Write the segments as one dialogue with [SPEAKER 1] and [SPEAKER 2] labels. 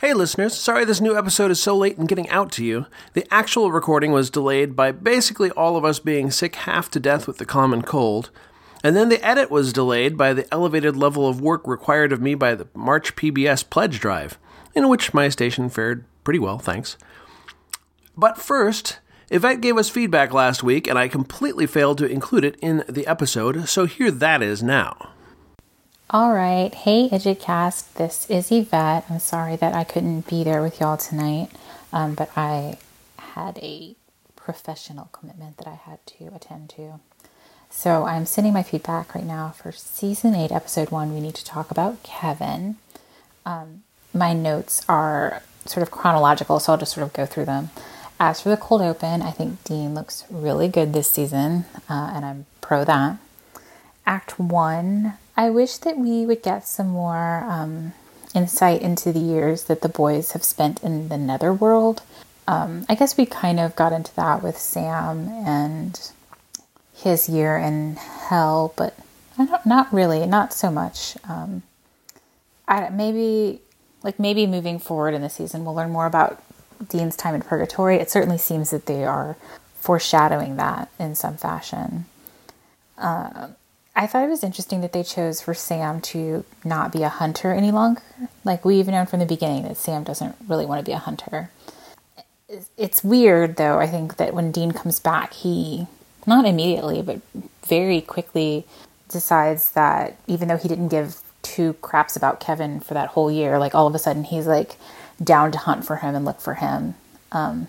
[SPEAKER 1] Hey listeners, sorry this new episode is so late in getting out to you. The actual recording was delayed by basically all of us being sick half to death with the common cold. And then the edit was delayed by the elevated level of work required of me by the March PBS pledge drive, in which my station fared pretty well, thanks. But first, Yvette gave us feedback last week, and I completely failed to include it in the episode, so here that is now.
[SPEAKER 2] All right. Hey, EduCast. This is Yvette. I'm sorry that I couldn't be there with y'all tonight, um, but I had a professional commitment that I had to attend to. So I'm sending my feedback right now for season 8, episode 1. We need to talk about Kevin. Um, my notes are sort of chronological, so I'll just sort of go through them. As for the cold open, I think Dean looks really good this season, uh, and I'm pro that. Act One. I wish that we would get some more um, insight into the years that the boys have spent in the netherworld. Um, I guess we kind of got into that with Sam and his year in hell, but I don't, not really, not so much. Um, I, maybe, like maybe moving forward in the season, we'll learn more about Dean's time in purgatory. It certainly seems that they are foreshadowing that in some fashion. Uh, I thought it was interesting that they chose for Sam to not be a hunter any longer. Like we've known from the beginning that Sam doesn't really want to be a hunter. It's weird though. I think that when Dean comes back, he not immediately, but very quickly decides that even though he didn't give two craps about Kevin for that whole year, like all of a sudden he's like down to hunt for him and look for him. Um,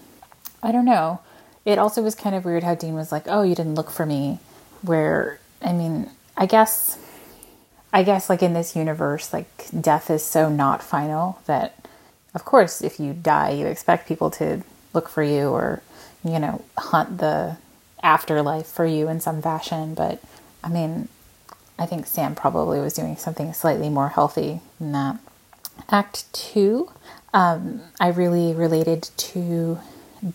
[SPEAKER 2] I don't know. It also was kind of weird how Dean was like, "Oh, you didn't look for me," where I mean, I guess I guess like in this universe like death is so not final that of course if you die you expect people to look for you or you know hunt the afterlife for you in some fashion but I mean I think Sam probably was doing something slightly more healthy than that. Act 2 um, I really related to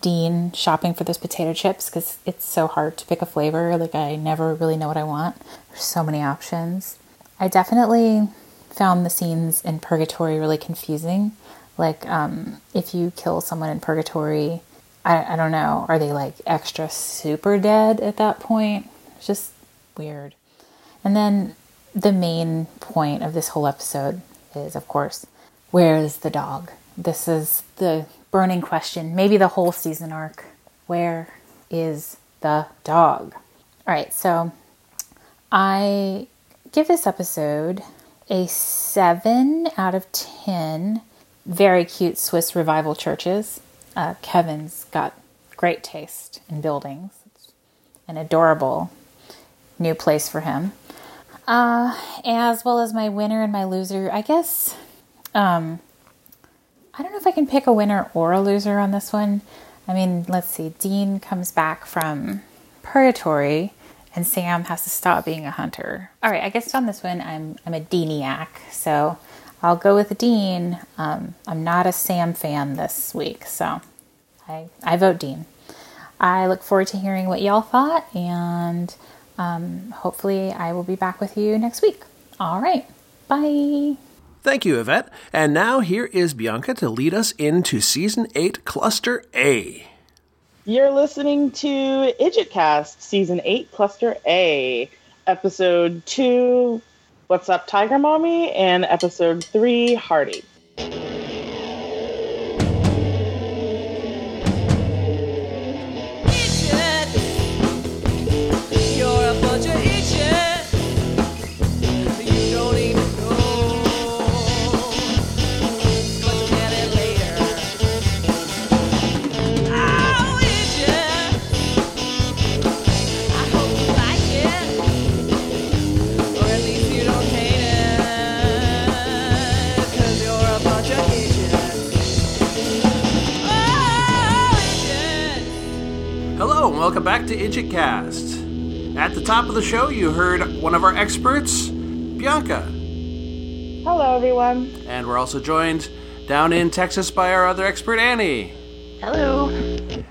[SPEAKER 2] Dean shopping for those potato chips because it's so hard to pick a flavor. Like, I never really know what I want. There's so many options. I definitely found the scenes in Purgatory really confusing. Like, um, if you kill someone in Purgatory, I, I don't know, are they like extra super dead at that point? It's just weird. And then the main point of this whole episode is, of course, where is the dog? This is the burning question, maybe the whole season arc. Where is the dog? All right, so I give this episode a 7 out of 10. Very cute Swiss revival churches. Uh, Kevin's got great taste in buildings, it's an adorable new place for him. Uh, as well as my winner and my loser, I guess. Um, I don't know if I can pick a winner or a loser on this one. I mean, let's see. Dean comes back from purgatory, and Sam has to stop being a hunter. All right, I guess on this one, I'm I'm a Deaniac, so I'll go with Dean. Um, I'm not a Sam fan this week, so I I vote Dean. I look forward to hearing what y'all thought, and um, hopefully, I will be back with you next week. All right, bye.
[SPEAKER 1] Thank you, Yvette. And now here is Bianca to lead us into Season 8, Cluster A.
[SPEAKER 3] You're listening to IdgitCast, Season 8, Cluster A, Episode 2, What's Up, Tiger Mommy, and Episode 3, Hardy.
[SPEAKER 4] Idiot. You're a bunch of idiots. You don't even know. But you'll get it later. Oh, idiot. I hope you like it. Or at least you don't hate it. Cause you're a bunch of idiots. Oh, idiots.
[SPEAKER 1] Hello, and welcome back to IdgitCast. At the top of the show, you heard one of our experts, Bianca.
[SPEAKER 3] Hello, everyone.
[SPEAKER 1] And we're also joined down in Texas by our other expert, Annie. Hello.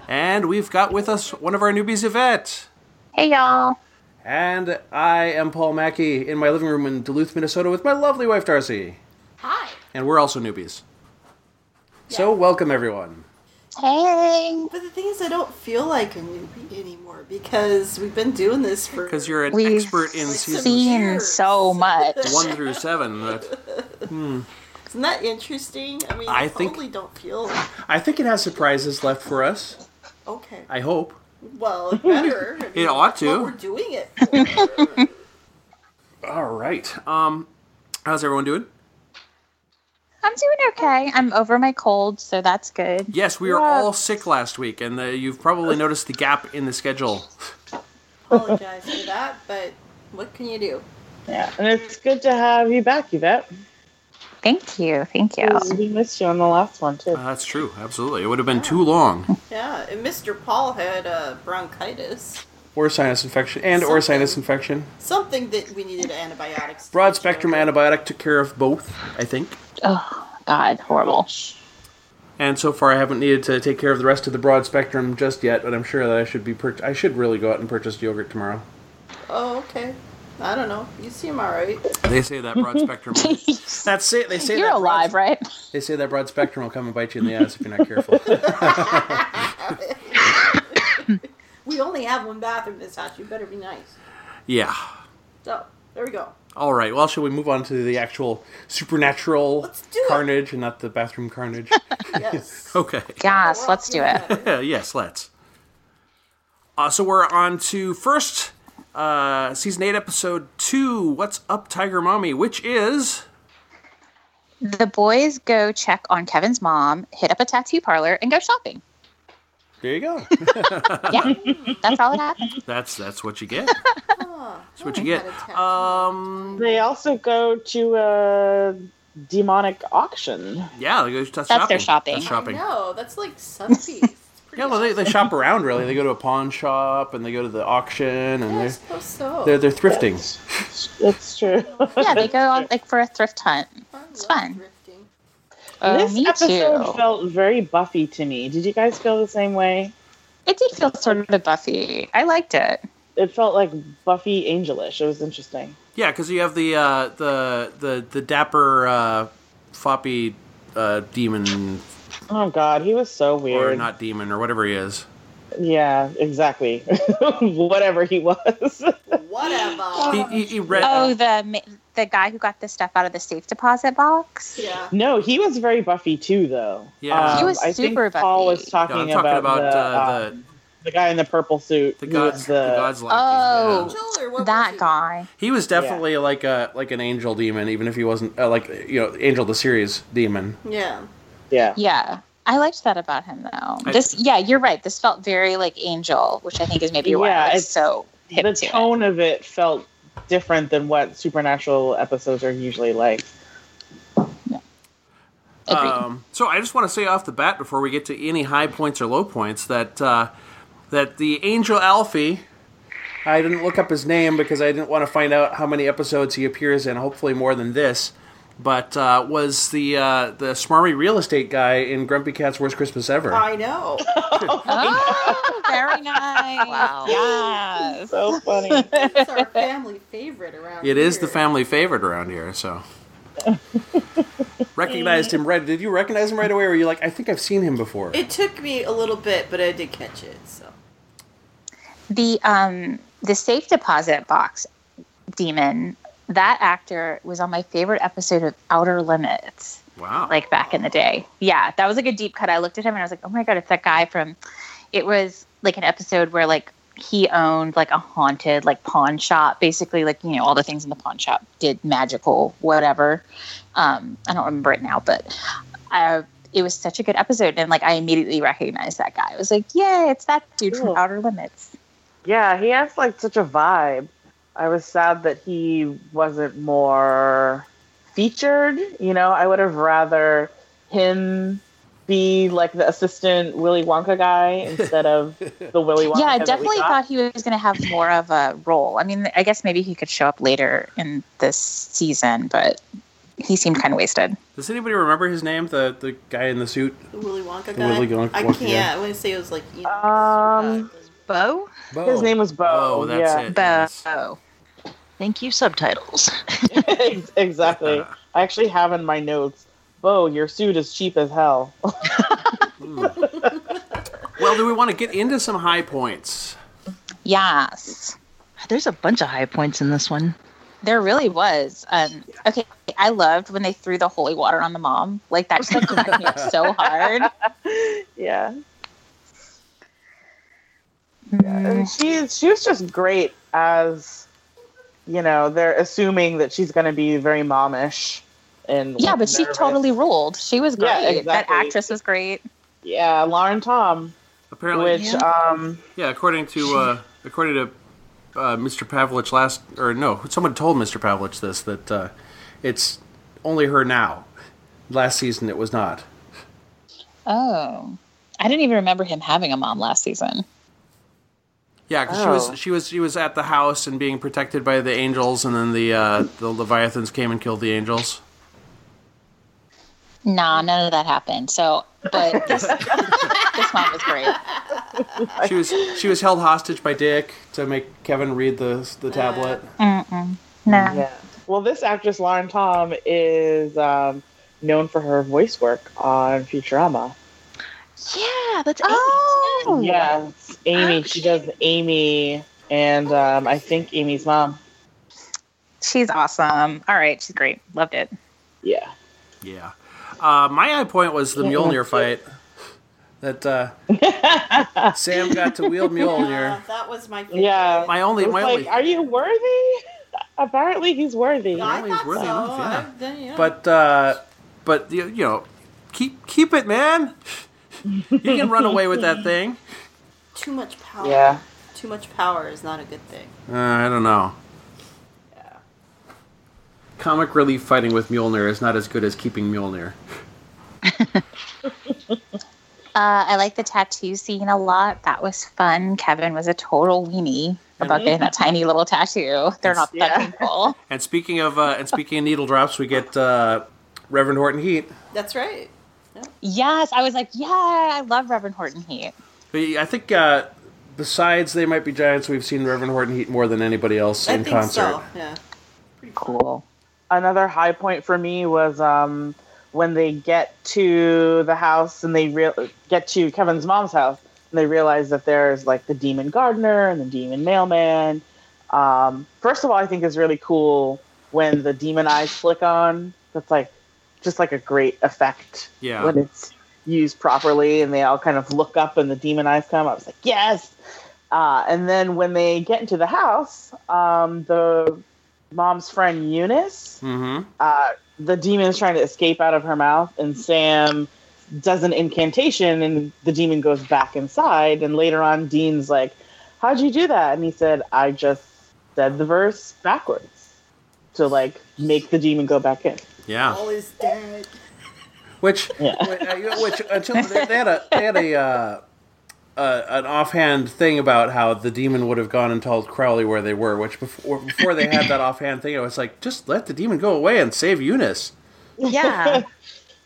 [SPEAKER 1] And we've got with us one of our newbies, Yvette.
[SPEAKER 5] Hey y'all.
[SPEAKER 1] And I am Paul Mackey in my living room in Duluth, Minnesota with my lovely wife, Darcy.
[SPEAKER 5] Hi.
[SPEAKER 1] And we're also newbies. So, welcome everyone.
[SPEAKER 5] Hey.
[SPEAKER 6] But the thing is, I don't feel like a newbie anymore because we've been doing this for.
[SPEAKER 1] Because you're an
[SPEAKER 5] We've
[SPEAKER 1] expert in seasons
[SPEAKER 5] Seen so much.
[SPEAKER 1] one through seven. That,
[SPEAKER 6] Isn't that interesting? I mean,
[SPEAKER 1] I
[SPEAKER 6] I
[SPEAKER 1] think-
[SPEAKER 6] totally don't feel
[SPEAKER 1] I think it has surprises left for us.
[SPEAKER 6] okay.
[SPEAKER 1] I hope.
[SPEAKER 6] Well, it better. I mean,
[SPEAKER 1] ought
[SPEAKER 6] that's what
[SPEAKER 1] to.
[SPEAKER 6] we're doing it. For.
[SPEAKER 1] All right. Um, how's everyone doing?
[SPEAKER 5] I'm doing okay. I'm over my cold, so that's good.
[SPEAKER 1] Yes, we were all sick last week, and uh you've probably noticed the gap in the schedule.
[SPEAKER 6] Apologize for that, but what can you do?
[SPEAKER 3] Yeah, and it's good to have you back, Yvette.
[SPEAKER 5] Thank you. Thank you.
[SPEAKER 3] 'cause We missed you on the last one too.
[SPEAKER 1] Uh, that's true. Absolutely, it would have been too long.
[SPEAKER 6] Yeah, and Mr. Paul had uh, bronchitis,
[SPEAKER 1] Or sinus infection, and or sinus infection.
[SPEAKER 6] something that we needed antibiotics. to
[SPEAKER 1] Broad
[SPEAKER 6] get
[SPEAKER 1] spectrum
[SPEAKER 6] over.
[SPEAKER 1] antibiotic took care of both, I think.
[SPEAKER 5] Oh, God. Horrible.
[SPEAKER 1] And so far, I haven't needed to take care of the rest of the broad spectrum just yet. But I'm sure that I should be. Pur- I should really go out and purchase yogurt tomorrow.
[SPEAKER 6] Oh, okay. I don't know. You seem all right.
[SPEAKER 1] They say that broad spectrum. That's it. They say
[SPEAKER 5] You're
[SPEAKER 1] that broad-
[SPEAKER 5] alive, right?
[SPEAKER 1] They say that broad spectrum will come and bite you in the ass if you're not careful.
[SPEAKER 6] We only have one bathroom in this house. You better be nice.
[SPEAKER 1] yeah.
[SPEAKER 6] So there we go.
[SPEAKER 1] All right. Well, shall we move on to the actual supernatural
[SPEAKER 6] Let's do it.
[SPEAKER 1] carnage and not the bathroom carnage?
[SPEAKER 6] Yes.
[SPEAKER 1] okay.
[SPEAKER 5] Yes, let's do it.
[SPEAKER 1] Yeah, yes, let's. Uh, so we're on to first uh, season eight, episode two. What's up, Tiger Mommy? Which is
[SPEAKER 5] The boys go check on Kevin's mom, hit up a tattoo parlor, and go shopping.
[SPEAKER 1] there you go.
[SPEAKER 5] Yeah, that's all that happened.
[SPEAKER 1] that's that's what you get. That's
[SPEAKER 6] Oh,
[SPEAKER 1] what you get. Um,
[SPEAKER 3] They also go to a demonic auction.
[SPEAKER 1] yeah, they go that's, that's
[SPEAKER 5] That's
[SPEAKER 1] shopping.
[SPEAKER 5] their shopping.
[SPEAKER 1] That's
[SPEAKER 6] I
[SPEAKER 1] shopping.
[SPEAKER 6] know. That's like Sotheby's. It's pretty
[SPEAKER 1] Yeah, well, they, they shop around really. They go to a pawn shop and they go to the auction and
[SPEAKER 6] awesome. I
[SPEAKER 1] they're
[SPEAKER 6] suppose so.
[SPEAKER 1] they're they're thrifting.
[SPEAKER 3] That's true.
[SPEAKER 5] Yeah, they go on, like for a thrift hunt.
[SPEAKER 6] I love
[SPEAKER 5] it's fun.
[SPEAKER 6] thrifting.
[SPEAKER 5] Oh,
[SPEAKER 3] this
[SPEAKER 5] me
[SPEAKER 3] episode
[SPEAKER 5] too.
[SPEAKER 3] felt very Buffy to me. Did you guys feel the same way?
[SPEAKER 5] it did feel sort of Buffy. I liked it.
[SPEAKER 3] It felt like Buffy angelish. It was interesting.
[SPEAKER 1] Yeah, because you have the uh, the the the dapper uh, floppy uh, demon
[SPEAKER 3] Oh God, he was so weird.
[SPEAKER 1] or not demon or whatever he is.
[SPEAKER 3] Yeah, exactly. Whatever he was.
[SPEAKER 6] Whatever.
[SPEAKER 1] He, he, he read.
[SPEAKER 5] Oh, the ma- the guy who got the stuff out of the safe deposit box.
[SPEAKER 6] yeah.
[SPEAKER 3] no, he was very Buffy too, though. Um,
[SPEAKER 1] Yeah. He
[SPEAKER 5] was
[SPEAKER 3] I
[SPEAKER 5] super
[SPEAKER 3] think Paul
[SPEAKER 5] Buffy.
[SPEAKER 3] was
[SPEAKER 1] No, I'm
[SPEAKER 3] talking,
[SPEAKER 1] talking about,
[SPEAKER 3] the,
[SPEAKER 1] uh,
[SPEAKER 3] um, the guy in the purple suit.
[SPEAKER 1] the the
[SPEAKER 3] who
[SPEAKER 1] gods
[SPEAKER 3] was
[SPEAKER 1] the, gods lackey.
[SPEAKER 5] Oh.
[SPEAKER 1] yeah.
[SPEAKER 6] Angel or what was
[SPEAKER 5] That
[SPEAKER 6] he?
[SPEAKER 5] guy.
[SPEAKER 1] he was definitely like a like an angel demon, even if he wasn't uh, like you know angel the series demon.
[SPEAKER 6] Yeah.
[SPEAKER 3] Yeah.
[SPEAKER 5] Yeah. I liked that about him though.
[SPEAKER 1] I-
[SPEAKER 5] this yeah, you're right. This felt very like Angel, which I think is maybe why
[SPEAKER 3] Yeah,
[SPEAKER 5] I was
[SPEAKER 3] it's-
[SPEAKER 5] so hip
[SPEAKER 3] the
[SPEAKER 5] to it.
[SPEAKER 3] tone of it felt different than what supernatural episodes are usually like.
[SPEAKER 5] Agreed.
[SPEAKER 1] Um, so I just want to say off the bat before we get to any high points or low points that uh, that the angel Alfie. I didn't look up his name because I didn't want to find out how many episodes he appears in. Hopefully more than this. But uh, was the uh, the smarmy real estate guy in Grumpy Cat's Worst Christmas Ever?
[SPEAKER 6] I know.
[SPEAKER 5] oh, very nice. Wow. Yes.
[SPEAKER 3] So funny.
[SPEAKER 6] It's our family favorite around
[SPEAKER 1] It is the
[SPEAKER 6] here.
[SPEAKER 1] family favorite around here, so. recognized him right. Did you recognize him right away? Or were you like, I think I've seen him before?
[SPEAKER 6] It took me a little bit, but I did catch it. So
[SPEAKER 5] The um the safe deposit box demon, that actor was on my favorite episode of Outer Limits.
[SPEAKER 1] wow.
[SPEAKER 5] like back in the day. Yeah, that was like a deep cut. I looked at him and I was like, oh my god, it's that guy from. It was like an episode where like he owned like a haunted like pawn shop, basically like you know all the things in the pawn shop did magical whatever. Um, I don't remember it now, but I, it was such a good episode, and like I immediately recognized that guy. I was like, yeah, it's that dude
[SPEAKER 3] Cool.
[SPEAKER 5] from Outer Limits.
[SPEAKER 3] yeah, he has like such a vibe. I was sad that he wasn't more featured. You know, I would have rather him be like the assistant Willy Wonka guy instead of the Willy Wonka.
[SPEAKER 5] yeah, I
[SPEAKER 3] that we
[SPEAKER 5] definitely
[SPEAKER 3] got.
[SPEAKER 5] thought he was going to have more of a role. I mean, I guess maybe he could show up later in this season, but he seemed kind of wasted.
[SPEAKER 1] Does anybody remember his name? The the guy in the suit?
[SPEAKER 6] the Willy Wonka
[SPEAKER 1] The
[SPEAKER 6] guy.
[SPEAKER 1] Willy Wonka
[SPEAKER 6] I
[SPEAKER 1] guy.
[SPEAKER 6] can't. I want to say it was like. Enos or
[SPEAKER 3] Um,
[SPEAKER 6] something.
[SPEAKER 7] Bo,
[SPEAKER 1] Bo.
[SPEAKER 3] His name was Bo.
[SPEAKER 1] Bo, Oh. that's
[SPEAKER 3] yeah.
[SPEAKER 1] it.
[SPEAKER 5] Bo.
[SPEAKER 1] yes.
[SPEAKER 3] Oh.
[SPEAKER 7] thank you subtitles.
[SPEAKER 3] Ex- exactly. I actually have in my notes Bo, your suit is cheap as hell.
[SPEAKER 1] Well, do we want to get into some high points?
[SPEAKER 5] Yes.
[SPEAKER 7] There's a bunch of high points in this one.
[SPEAKER 5] There really was. Um, okay, I loved when they threw the holy water on the mom. Like that just like, cracked me up so hard.
[SPEAKER 3] yeah. And she she was just great as you know, they're assuming that she's gonna be very momish and
[SPEAKER 5] Yeah, but she
[SPEAKER 3] nervous.
[SPEAKER 5] totally ruled. She was great.
[SPEAKER 3] Yeah,
[SPEAKER 5] That
[SPEAKER 3] exactly.
[SPEAKER 5] actress was great.
[SPEAKER 3] Yeah, Lauren Tom.
[SPEAKER 1] Apparently,
[SPEAKER 3] Which um
[SPEAKER 1] Oh, yeah. According to uh, according to uh, Mr. Pavlich last, or no, someone told Mr. Pavlich this that uh, it's only her now. Last season, it was not.
[SPEAKER 5] Oh. I didn't even remember him having a mom last season.
[SPEAKER 1] Yeah, 'cause she
[SPEAKER 3] Oh.
[SPEAKER 1] was she was she was at the house and being protected by the angels, and then the uh, the leviathans came and killed the angels.
[SPEAKER 5] Nah, none of that happened. So, but this, this mom was great.
[SPEAKER 1] She was she was held hostage by Dick to make Kevin read the the tablet.
[SPEAKER 5] Mm-mm. Nah.
[SPEAKER 3] yeah. Well this actress Lauren Tom is um known for her voice work on Futurama.
[SPEAKER 7] Yeah, that's
[SPEAKER 5] Oh!
[SPEAKER 3] Yes. Amy. She does Amy and um I think Amy's mom.
[SPEAKER 5] She's awesome. All right, she's great. Loved it.
[SPEAKER 3] Yeah.
[SPEAKER 1] Yeah. Uh, my high point was the Mjolnir fight. That uh, Sam got to wield
[SPEAKER 6] Uh,
[SPEAKER 1] Mjolnir.
[SPEAKER 6] that was my favorite.
[SPEAKER 3] Yeah.
[SPEAKER 1] Oh, My only,
[SPEAKER 3] It was
[SPEAKER 1] my
[SPEAKER 3] like,
[SPEAKER 1] only.
[SPEAKER 3] are you worthy? Apparently, he's worthy.
[SPEAKER 6] I
[SPEAKER 1] Apparently he's
[SPEAKER 6] thought so.
[SPEAKER 1] worthy enough, yeah.
[SPEAKER 6] I, then, yeah.
[SPEAKER 1] But uh, but you, you know, keep keep it, man. You can run away with that thing.
[SPEAKER 6] too much power.
[SPEAKER 3] Yeah.
[SPEAKER 6] Too much power is not a good thing.
[SPEAKER 1] Uh, I don't know. Comic relief fighting with Mjolnir is not as good as keeping Mjolnir.
[SPEAKER 5] Uh, I like the tattoo scene a lot. That was fun. Kevin was a total weenie about getting that tiny little tattoo. They're not that
[SPEAKER 3] Yeah.
[SPEAKER 5] painful.
[SPEAKER 1] And speaking of uh, and speaking of needle drops, we get uh, Reverend Horton Heat.
[SPEAKER 6] That's right.
[SPEAKER 5] Yes, I was like, yeah, I love Reverend Horton Heat.
[SPEAKER 1] I I think uh, besides They Might Be Giants, we've seen Reverend Horton Heat more than anybody else
[SPEAKER 6] I
[SPEAKER 1] in
[SPEAKER 6] think
[SPEAKER 1] concert.
[SPEAKER 6] so. Yeah.
[SPEAKER 5] Cool.
[SPEAKER 3] Another high point for me was um, when they get to the house and they re- get to Kevin's mom's house and they realize that there's like the demon gardener and the demon mailman. Um, first of all, I think is really cool when the demon eyes flick on. That's like just like a great effect
[SPEAKER 1] Yeah.
[SPEAKER 3] when it's used properly and they all kind of look up and the demon eyes come. I was like, yes. Uh, and then when they get into the house, um, the mom's friend Eunice,
[SPEAKER 1] Mm-hmm.
[SPEAKER 3] uh, the demon is trying to escape out of her mouth, and Sam does an incantation, and the demon goes back inside. And later on, Dean's like, "How'd you do that?" And he said, "I just said the verse backwards to like make the demon go back in."
[SPEAKER 1] Yeah.
[SPEAKER 6] All is dead.
[SPEAKER 1] Which,
[SPEAKER 3] Yeah.
[SPEAKER 1] uh, which until they, they had a they had a uh, uh, an offhand thing about how the demon would have gone and told Crowley where they were. Which before before they had that offhand thing, I was like, just let the demon go away and save Eunice.
[SPEAKER 5] Yeah.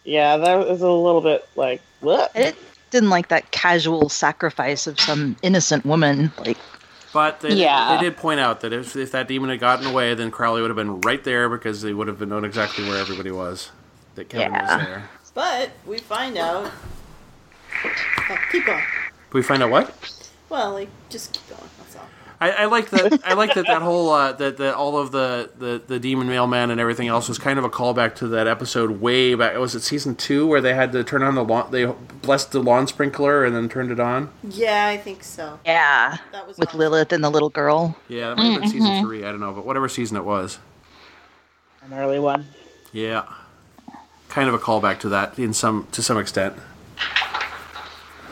[SPEAKER 3] Yeah, that was a little bit like, what?
[SPEAKER 7] I didn't- didn't like that casual sacrifice of some innocent woman. Like,
[SPEAKER 1] But they,
[SPEAKER 5] Yeah.
[SPEAKER 1] they did point out that if, if that demon had gotten away, then Crowley would have been right there because they would have known exactly where everybody was. That Kevin was
[SPEAKER 7] Yeah.
[SPEAKER 1] there.
[SPEAKER 6] But we find out. Oh, keep going.
[SPEAKER 1] We find out what?
[SPEAKER 6] Well, like just keep going. That's all.
[SPEAKER 1] I, I like that. I like that. That whole uh, that that all of the, the the demon mailman and everything else was kind of a callback to that episode way back. Was it season two where they had to turn on the lawn? They blessed the lawn sprinkler and then turned it on.
[SPEAKER 6] Yeah, I think so.
[SPEAKER 7] yeah,
[SPEAKER 6] That was
[SPEAKER 7] with
[SPEAKER 6] awesome.
[SPEAKER 7] Lilith and the little girl.
[SPEAKER 1] Yeah, that might have been season three. I don't know, but whatever season it was,
[SPEAKER 3] An early one.
[SPEAKER 1] yeah, kind of a callback to that in some to some extent.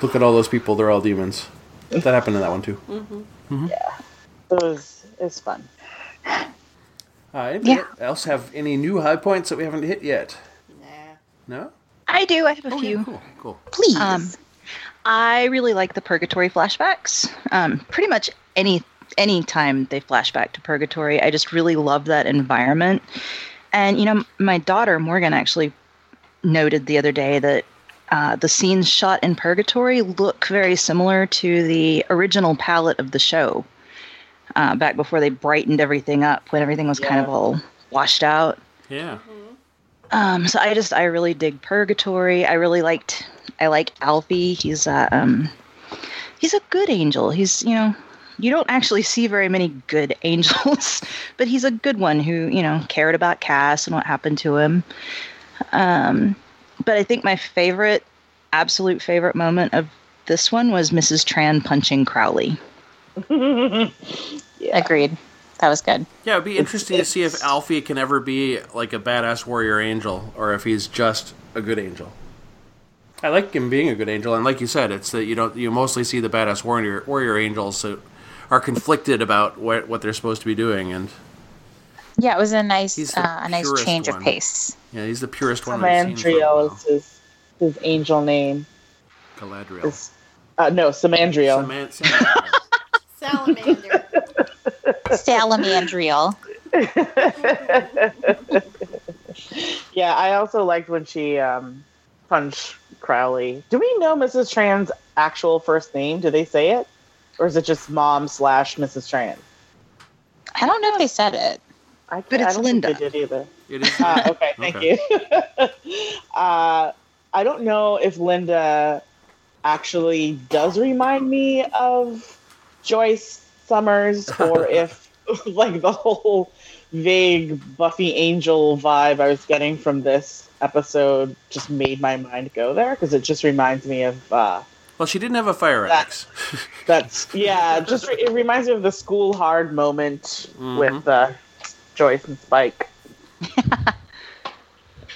[SPEAKER 1] Look at all those people; they're all demons. That happened in that one too.
[SPEAKER 3] It was it's fun.
[SPEAKER 1] Uh, anybody else have any new high points that we haven't hit yet?
[SPEAKER 6] Nah.
[SPEAKER 1] No.
[SPEAKER 7] I do. I have
[SPEAKER 6] Oh,
[SPEAKER 7] a few.
[SPEAKER 1] Cool. Cool.
[SPEAKER 5] Please.
[SPEAKER 7] Um, I really like the purgatory flashbacks. Um, pretty much any any time they flash back to purgatory, I just really love that environment. And you know, my daughter Morgan actually noted the other day that uh, the scenes shot in purgatory look very similar to the original palette of the show. Uh, back before they brightened everything up, when everything was kind of
[SPEAKER 3] Yeah.
[SPEAKER 7] all washed out.
[SPEAKER 1] Yeah.
[SPEAKER 7] Um, so I just I really dig Purgatory. I really liked I like Alfie. He's a um, he's a good angel. He's you know you don't actually see very many good angels, but he's a good one who you know cared about Cass and what happened to him. Um, but I think my favorite, absolute favorite moment of this one was Mrs. Tran punching Crowley.
[SPEAKER 5] Agreed. That was good.
[SPEAKER 1] Yeah, it'd be interesting to see if Alfie can ever be like a badass warrior angel or if he's just a good angel. I like him being a good angel, and like you said, it's that you don't you mostly see the badass warrior warrior angels that are conflicted about what what they're supposed to be doing, and
[SPEAKER 5] Yeah, it was a nice
[SPEAKER 1] He's
[SPEAKER 5] uh,
[SPEAKER 1] the
[SPEAKER 5] a nice
[SPEAKER 1] purest
[SPEAKER 5] change
[SPEAKER 1] one.
[SPEAKER 5] of pace.
[SPEAKER 1] yeah, he's the purest one. I've seen for a
[SPEAKER 3] Samandriel
[SPEAKER 1] while.
[SPEAKER 3] is his, his angel name.
[SPEAKER 1] Galadriel.
[SPEAKER 3] Is, uh, no, Samandriel.
[SPEAKER 1] Saman- Saman-
[SPEAKER 6] Salamander.
[SPEAKER 5] Salamandriel.
[SPEAKER 3] yeah, I also liked when she um, punched Crowley. Do we know Mrs. Tran's actual first name? Do they say it? Or is it just mom slash Mrs. Tran?
[SPEAKER 5] I don't know if they said it.
[SPEAKER 3] I,
[SPEAKER 7] But
[SPEAKER 3] I
[SPEAKER 7] it's
[SPEAKER 3] don't think
[SPEAKER 7] Linda.
[SPEAKER 3] they did either.
[SPEAKER 1] It is.
[SPEAKER 3] Uh, okay, thank
[SPEAKER 1] Okay.
[SPEAKER 3] you. uh, I don't know if Linda actually does remind me of Joyce Summers or if, like, the whole vague Buffy Angel vibe I was getting from this episode just made my mind go there because it just reminds me of. Uh,
[SPEAKER 1] Well, she didn't have a fire
[SPEAKER 3] That-
[SPEAKER 1] axe.
[SPEAKER 3] that's yeah. Just re- it reminds me of the school hard moment with uh, Joyce and Spike.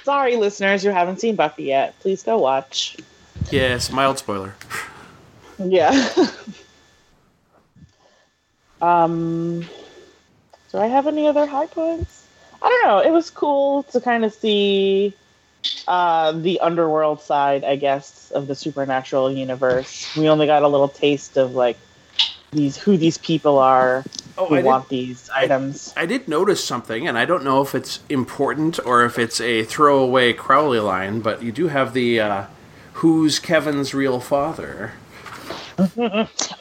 [SPEAKER 3] Sorry, listeners, you haven't seen Buffy yet. Please go watch.
[SPEAKER 1] yes, mild spoiler.
[SPEAKER 3] Yeah. um, do I have any other high points? I don't know. It was cool to kind of see uh, the underworld side, I guess, of the supernatural universe. We only got a little taste of like these who these people are
[SPEAKER 1] Oh,
[SPEAKER 3] who
[SPEAKER 1] I did,
[SPEAKER 3] want these items.
[SPEAKER 1] I did notice something, and I don't know if it's important or if it's a throwaway Crowley line, but you do have the uh, "Who's Kevin's real father?"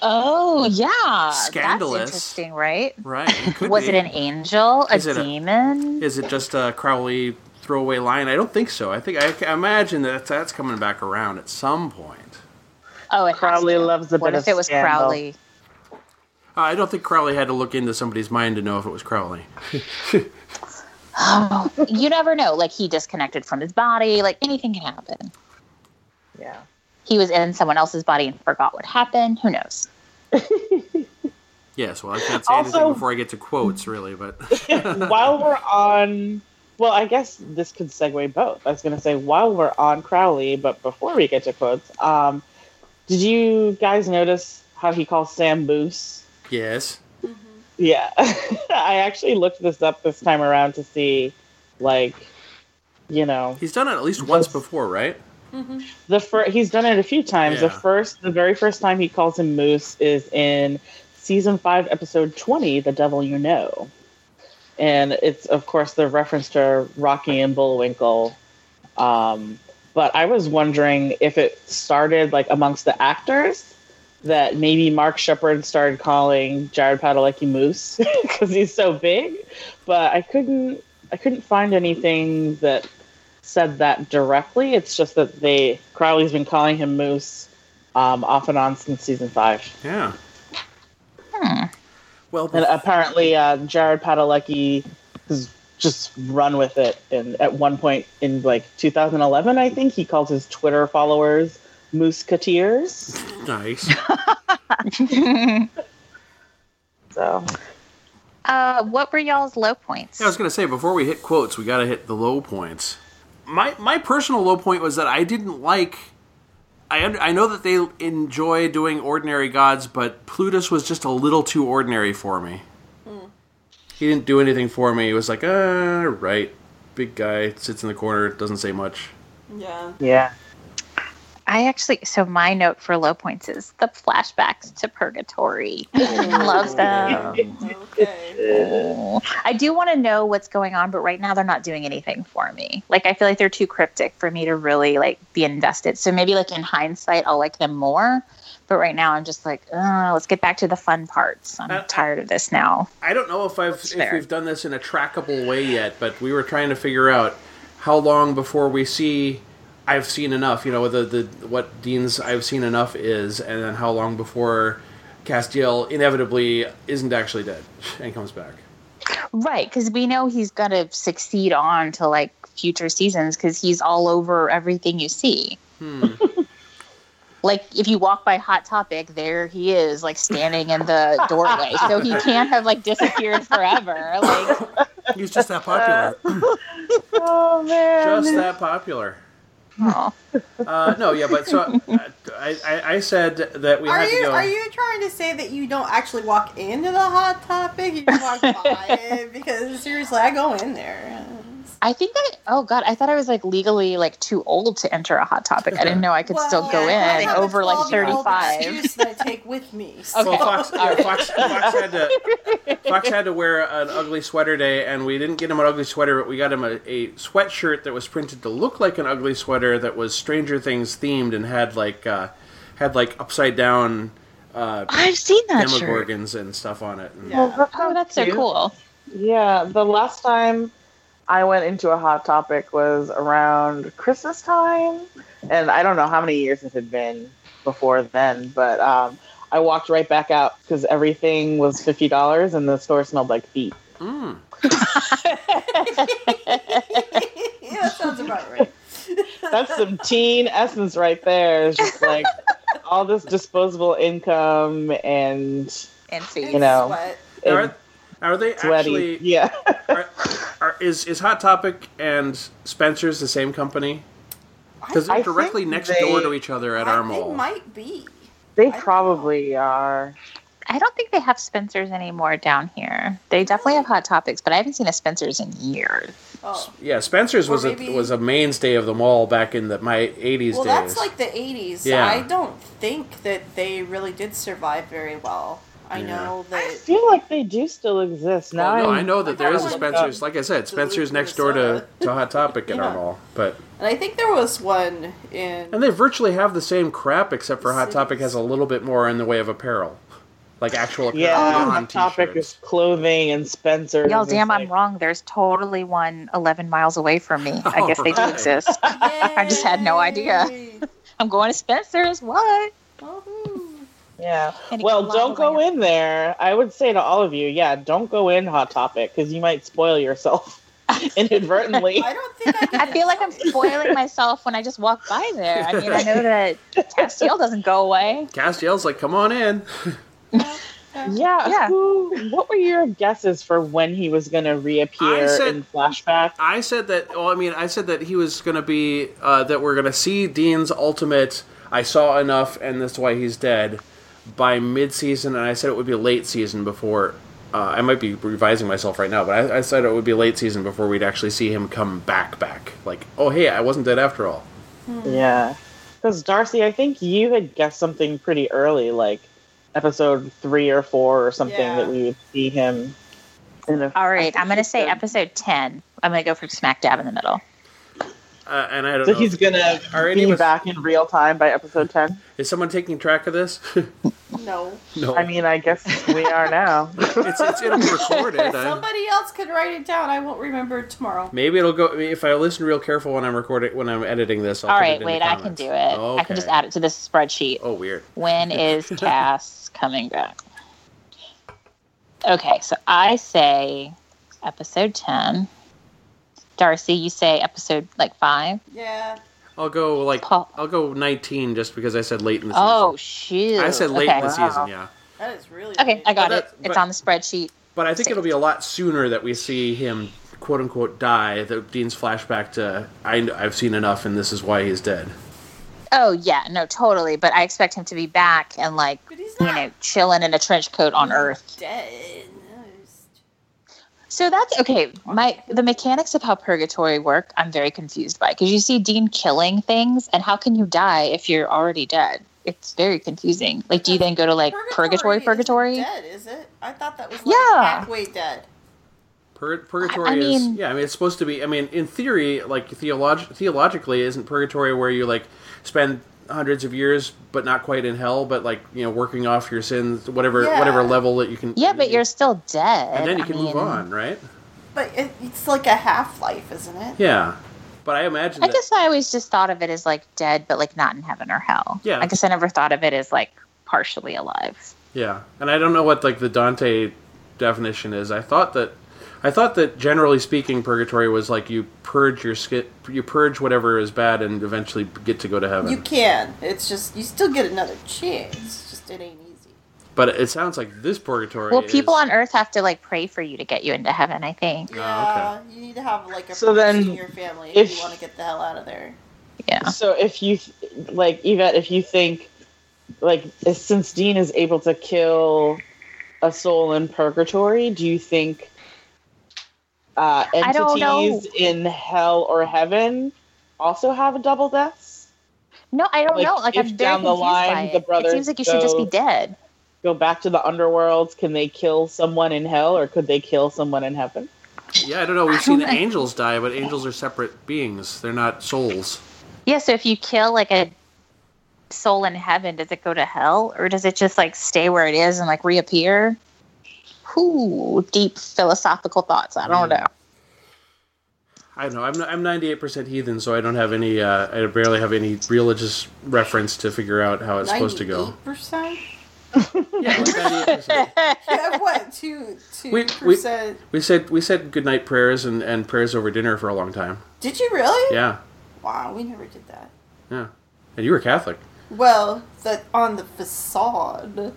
[SPEAKER 5] Oh yeah,
[SPEAKER 1] Scandalous.
[SPEAKER 5] That's interesting, right?
[SPEAKER 1] Right? It could
[SPEAKER 5] Was
[SPEAKER 1] be.
[SPEAKER 5] it an angel? A
[SPEAKER 1] Is it a-
[SPEAKER 5] demon?
[SPEAKER 1] Is it just a Crowley throwaway line? I don't think so. I think I, I imagine that that's coming back around at some point.
[SPEAKER 5] oh, it has
[SPEAKER 3] Crowley
[SPEAKER 5] to.
[SPEAKER 3] loves a
[SPEAKER 5] What
[SPEAKER 3] bit
[SPEAKER 5] if
[SPEAKER 3] of
[SPEAKER 5] it was
[SPEAKER 3] scandal.
[SPEAKER 5] Crowley?
[SPEAKER 1] Uh, I don't think Crowley had to look into somebody's mind to know if it was Crowley.
[SPEAKER 5] Oh, you never know. Like he disconnected from his body. Like anything can happen.
[SPEAKER 3] Yeah.
[SPEAKER 5] He was in someone else's body and forgot what happened. Who knows?
[SPEAKER 1] Yes. Well, I can't say anything
[SPEAKER 3] Also-
[SPEAKER 1] before I get to quotes, really. But
[SPEAKER 3] while we're on well i guess this could segue both i was going to say while we're on crowley but before we get to quotes um, did you guys notice how he calls sam boose
[SPEAKER 1] yes.
[SPEAKER 3] yeah i actually looked this up this time around to see like you know
[SPEAKER 1] He's done it at least once before, right?
[SPEAKER 3] the fir- he's done it a few times the
[SPEAKER 1] Yeah.
[SPEAKER 3] first the very first time he calls him moose is in season 5 episode 20 the devil you know and it's of course the reference to rocky and bullwinkle um, but i was wondering if it started like amongst the actors that maybe mark shepard started calling jared padalecki moose because he's so big but i couldn't i couldn't find anything that said that directly. It's just that they Crowley's been calling him Moose um, off and on since season five,
[SPEAKER 1] Yeah.
[SPEAKER 5] Hmm.
[SPEAKER 1] Well,
[SPEAKER 3] and apparently uh, Jared Padalecki has just run with it. And at one point in like 2011, I think he called his Twitter followers Mooseketeers.
[SPEAKER 1] nice.
[SPEAKER 3] So
[SPEAKER 5] Uh, what were y'all's low points?
[SPEAKER 1] Yeah, I was gonna say before we hit quotes, we gotta hit the low points. My my personal low point was that I didn't like. I un- I know that they enjoy doing ordinary gods, but Plutus was just a little too ordinary for me. He didn't do anything for me. He was like, uh, right, big guy sits in the corner, doesn't say much.
[SPEAKER 6] yeah.
[SPEAKER 3] yeah,
[SPEAKER 5] I actually, so my note for low points is the flashbacks to Purgatory. Love them.
[SPEAKER 6] Okay.
[SPEAKER 5] I do want to know what's going on, but right now they're not doing anything for me. Like I feel like they're too cryptic for me to really like be invested. So maybe like in hindsight, I'll like them more. But right now, I'm just like, uh, let's get back to the fun parts. I'm
[SPEAKER 1] Uh,
[SPEAKER 5] tired of this now.
[SPEAKER 1] I don't know if I've if
[SPEAKER 5] fair.
[SPEAKER 1] we've done this in a trackable way yet, but we were trying to figure out how long before we see I've seen enough, you know, the, the what Dean's I've seen enough is, and then how long before Castiel inevitably isn't actually dead and comes back.
[SPEAKER 5] Right, because we know he's going to succeed on to like future seasons because he's all over everything you see.
[SPEAKER 1] Hmm.
[SPEAKER 5] Like if you walk by Hot Topic, there he is, like standing in the doorway. so he can't have like disappeared forever. Like
[SPEAKER 8] He's just that popular.
[SPEAKER 3] Oh man.
[SPEAKER 1] Just that popular.
[SPEAKER 5] aw.
[SPEAKER 1] Uh, no, yeah, but so I, I, I said that we
[SPEAKER 6] are
[SPEAKER 1] had
[SPEAKER 6] you
[SPEAKER 1] to go.
[SPEAKER 6] are you trying to say that you don't actually walk into the hot topic? You just walk by it because seriously, I go in there.
[SPEAKER 5] I think that oh god, I thought I was like legally like too old to enter a Hot Topic. I didn't know I could still
[SPEAKER 6] Well,
[SPEAKER 5] go
[SPEAKER 6] yeah, I
[SPEAKER 5] in
[SPEAKER 6] have a
[SPEAKER 5] over like
[SPEAKER 6] 12-year-old
[SPEAKER 5] 35.
[SPEAKER 6] excuse that I take with me. So.
[SPEAKER 1] Well, Fox, yeah, Fox, Fox had to Fox had to wear an ugly sweater day, and we didn't get him an ugly sweater, but we got him a, a sweatshirt that was printed to look like an ugly sweater that was Stranger Things themed and had like uh, had like upside down uh,
[SPEAKER 7] I've seen that shirt.
[SPEAKER 1] demogorgons and stuff on it. And,
[SPEAKER 6] Yeah.
[SPEAKER 5] Oh, that's so
[SPEAKER 3] Cute.
[SPEAKER 5] cool.
[SPEAKER 3] Yeah, the last time I went into a hot topic was around Christmas time, and I don't know how many years it had been before then, but um, I walked right back out because everything was fifty dollars and the store smelled like feet.
[SPEAKER 1] Mm.
[SPEAKER 6] yeah, that sounds about right.
[SPEAKER 3] That's some teen essence right there. It's just like all this disposable income and,
[SPEAKER 5] And see.
[SPEAKER 3] You know.
[SPEAKER 6] Sweat.
[SPEAKER 3] and
[SPEAKER 1] Are, are they
[SPEAKER 3] sweaty.
[SPEAKER 1] actually?
[SPEAKER 3] Yeah.
[SPEAKER 1] Are, are, is is Hot Topic and Spencer's the same company? Because
[SPEAKER 3] I
[SPEAKER 1] they're
[SPEAKER 3] think
[SPEAKER 1] directly next
[SPEAKER 3] they-
[SPEAKER 1] door to each other at
[SPEAKER 6] I
[SPEAKER 1] our
[SPEAKER 6] think
[SPEAKER 1] mall.
[SPEAKER 6] might be.
[SPEAKER 3] They probably are.
[SPEAKER 5] I don't think they have Spencers anymore down here. They definitely have Hot Topics, but I haven't seen a Spencers in years.
[SPEAKER 6] Oh.
[SPEAKER 1] Yeah, Spencer's
[SPEAKER 6] Or
[SPEAKER 1] was
[SPEAKER 6] maybe-
[SPEAKER 1] a was a mainstay of the mall back in the my '80s
[SPEAKER 6] Well,
[SPEAKER 1] days.
[SPEAKER 6] that's like the 80s.
[SPEAKER 1] Yeah.
[SPEAKER 6] I don't think that they really did survive very well. I
[SPEAKER 1] Yeah.
[SPEAKER 6] know
[SPEAKER 3] I
[SPEAKER 6] that.
[SPEAKER 3] feel like they do still exist. Now
[SPEAKER 1] Oh, no,
[SPEAKER 3] I'm-
[SPEAKER 1] I know that there is a
[SPEAKER 6] Oh my
[SPEAKER 1] Spencer's. Like I said, Spencer's next door to, to Hot Topic at our
[SPEAKER 6] Yeah.
[SPEAKER 1] mall. But
[SPEAKER 6] And I think there was one in.
[SPEAKER 1] and they virtually have the same crap, except for Hot Topic
[SPEAKER 6] Cities.
[SPEAKER 1] has a little bit more in the way of apparel, like actual apparel
[SPEAKER 3] Yeah, Oh,
[SPEAKER 1] beyond
[SPEAKER 3] hot topic
[SPEAKER 1] Oh, t-shirts.
[SPEAKER 3] is clothing and Spencer.
[SPEAKER 5] Y'all, damn, I'm wrong. There's totally one 11 miles away from me. I guess they do
[SPEAKER 1] Alright.
[SPEAKER 5] exist. I just had no idea.
[SPEAKER 6] Yay.
[SPEAKER 5] I'm going to Spencer's. What?
[SPEAKER 6] Woohoo.
[SPEAKER 3] Yeah.
[SPEAKER 5] And it
[SPEAKER 3] Well,
[SPEAKER 5] got a lot
[SPEAKER 3] don't
[SPEAKER 5] of
[SPEAKER 3] go
[SPEAKER 5] layers.
[SPEAKER 3] in there. I would say to all of you, yeah, don't go in Hot Topic because you might spoil yourself inadvertently.
[SPEAKER 6] I don't think I can.
[SPEAKER 5] I feel like I'm spoiling myself when I just walk by there. I mean, I know that Castiel doesn't go away.
[SPEAKER 1] Castiel's like, come on in.
[SPEAKER 3] yeah.
[SPEAKER 5] Yeah.
[SPEAKER 3] Who, what were your guesses for when he was going to
[SPEAKER 1] I
[SPEAKER 3] reappear
[SPEAKER 1] said-
[SPEAKER 3] in flashback?
[SPEAKER 1] I said that. Well, I mean, I said that he was going to be uh, that we're going to see Dean's ultimate. I saw enough, and that's why he's dead by mid-season. And I said it would be late season before. Uh, I might be revising myself right now, but I, I said it would be late season before we'd actually see him come back. Back like, oh hey, I wasn't dead after all. Hmm.
[SPEAKER 3] Yeah. Because Darcy, I think you had guessed something pretty early, like episode three or four or something,
[SPEAKER 6] Yeah.
[SPEAKER 3] that we would see him. In a,
[SPEAKER 5] All right, I'm going to say
[SPEAKER 3] episode.
[SPEAKER 5] episode 10. I'm going to go from smack dab in the middle.
[SPEAKER 1] Uh, and I don't
[SPEAKER 3] So
[SPEAKER 1] know.
[SPEAKER 3] he's gonna
[SPEAKER 1] Are any
[SPEAKER 3] be
[SPEAKER 1] of us-
[SPEAKER 3] back in real time by episode ten.
[SPEAKER 1] Is someone taking track of this?
[SPEAKER 6] No.
[SPEAKER 1] no.
[SPEAKER 3] I mean, I guess we are now.
[SPEAKER 1] it's, it's it'll be recorded. I,
[SPEAKER 6] Somebody else could write it down. I won't remember it tomorrow.
[SPEAKER 1] maybe it'll go if I listen real careful when I'm recording when I'm editing this. I'll
[SPEAKER 5] All
[SPEAKER 1] put it
[SPEAKER 5] right,
[SPEAKER 1] in the
[SPEAKER 5] wait, I can
[SPEAKER 1] comments.
[SPEAKER 5] do it. I
[SPEAKER 1] Okay.
[SPEAKER 5] can just add it to this spreadsheet.
[SPEAKER 1] Oh, weird.
[SPEAKER 5] When is Cass coming back? Okay, so I say episode 10. Darcy, you say episode like 5?
[SPEAKER 6] Yeah.
[SPEAKER 1] I'll go like
[SPEAKER 5] Paul-
[SPEAKER 1] I'll go 19 just because I said late in the season.
[SPEAKER 5] Oh, shoot.
[SPEAKER 1] I said late in
[SPEAKER 5] okay.
[SPEAKER 1] the
[SPEAKER 3] Wow.
[SPEAKER 1] season, yeah.
[SPEAKER 6] That is really.
[SPEAKER 5] Okay,
[SPEAKER 6] late.
[SPEAKER 5] I got
[SPEAKER 1] But
[SPEAKER 5] it.
[SPEAKER 1] that- but-
[SPEAKER 5] It's on the spreadsheet.
[SPEAKER 1] But I think it'll be a lot sooner that we see him quote unquote die. The Dean's flashback to I kn- I've seen enough and this is why he's dead.
[SPEAKER 5] Oh, yeah, no, totally. But I expect him to be back and like,
[SPEAKER 6] But he's
[SPEAKER 5] you
[SPEAKER 6] not
[SPEAKER 5] know, chilling in a trench coat on Earth.
[SPEAKER 6] dead. No, he's-
[SPEAKER 5] So that's okay. My the mechanics of how purgatory work, I'm very confused by because you see Dean killing things, and how can you die if you're already dead? It's very confusing. Like, do you then go to like purgatory,
[SPEAKER 6] isn't
[SPEAKER 5] purgatory?
[SPEAKER 6] Dead is it? I thought that was like
[SPEAKER 5] Yeah.
[SPEAKER 6] halfway dead.
[SPEAKER 1] Pur- purgatory
[SPEAKER 5] I
[SPEAKER 1] is
[SPEAKER 5] mean-
[SPEAKER 1] yeah, I mean it's supposed to be I mean in theory like theolog- theologically isn't purgatory where you like spend hundreds of years but not quite in hell but like you know working off your sins whatever
[SPEAKER 6] Yeah.
[SPEAKER 1] whatever level that you can
[SPEAKER 5] Yeah, but you're still dead.
[SPEAKER 1] and then you
[SPEAKER 5] I
[SPEAKER 1] can move
[SPEAKER 5] mean,
[SPEAKER 1] on, right?
[SPEAKER 6] But it, it's like a half life, isn't it?
[SPEAKER 1] Yeah.
[SPEAKER 8] but I imagine
[SPEAKER 5] I
[SPEAKER 8] that-
[SPEAKER 5] guess I always just thought of it as like dead, but like not in heaven or hell.
[SPEAKER 8] Yeah.
[SPEAKER 5] I guess I never thought of it as like partially alive.
[SPEAKER 8] Yeah, and I don't know what like the Dante definition is. I thought that I thought that generally speaking, purgatory was like you purge your skit, you purge whatever is bad, and eventually get to go to heaven.
[SPEAKER 6] You can. It's just you still get another chance. It's just it ain't easy.
[SPEAKER 8] but it sounds like this purgatory.
[SPEAKER 5] Well, people
[SPEAKER 8] is-
[SPEAKER 5] on Earth have to like pray for you to get you into heaven. I think.
[SPEAKER 8] Oh,
[SPEAKER 6] Uh, you need to have like a
[SPEAKER 3] So
[SPEAKER 6] so
[SPEAKER 3] then,
[SPEAKER 6] in your family if,
[SPEAKER 3] if-
[SPEAKER 6] you want to get the hell out of there.
[SPEAKER 5] Yeah.
[SPEAKER 3] So if you th- like Yvette, if you think like if- since Dean is able to kill a soul in purgatory, do you think uh,
[SPEAKER 5] I don't know.
[SPEAKER 3] entities in hell or heaven also have double deaths?
[SPEAKER 5] No, I don't
[SPEAKER 3] Like,
[SPEAKER 5] know. Like
[SPEAKER 3] if
[SPEAKER 5] I'm very
[SPEAKER 3] down the
[SPEAKER 5] confused
[SPEAKER 3] line
[SPEAKER 5] by it.
[SPEAKER 3] the
[SPEAKER 5] it
[SPEAKER 3] brothers
[SPEAKER 5] seems like you should just be
[SPEAKER 3] go-
[SPEAKER 5] dead.
[SPEAKER 3] Go back to the underworld. Can they kill someone in hell, or could they kill someone in heaven?
[SPEAKER 8] okay. Yeah, I don't know. We've
[SPEAKER 5] I
[SPEAKER 8] seen
[SPEAKER 5] don't know.
[SPEAKER 8] angels die, but angels are separate beings. They're not souls.
[SPEAKER 5] Yeah. So if you kill like a soul in heaven, does it go to hell or does it just like stay where it is and like reappear? Ooh, deep philosophical thoughts. I
[SPEAKER 1] Hmm.
[SPEAKER 5] don't know.
[SPEAKER 8] I don't know. I'm I'm 98% heathen, so I don't have any. Uh, I barely have any religious reference to figure out how it's supposed to go.
[SPEAKER 6] percent.
[SPEAKER 8] Yeah, like 98%.
[SPEAKER 6] You have what two two
[SPEAKER 8] We-
[SPEAKER 6] percent?
[SPEAKER 8] we said we said goodnight prayers and, and prayers over dinner for a long time.
[SPEAKER 6] Did you really?
[SPEAKER 8] Yeah,
[SPEAKER 6] Wow, we never did that.
[SPEAKER 8] yeah. And you were Catholic.
[SPEAKER 6] Well, that on the facade.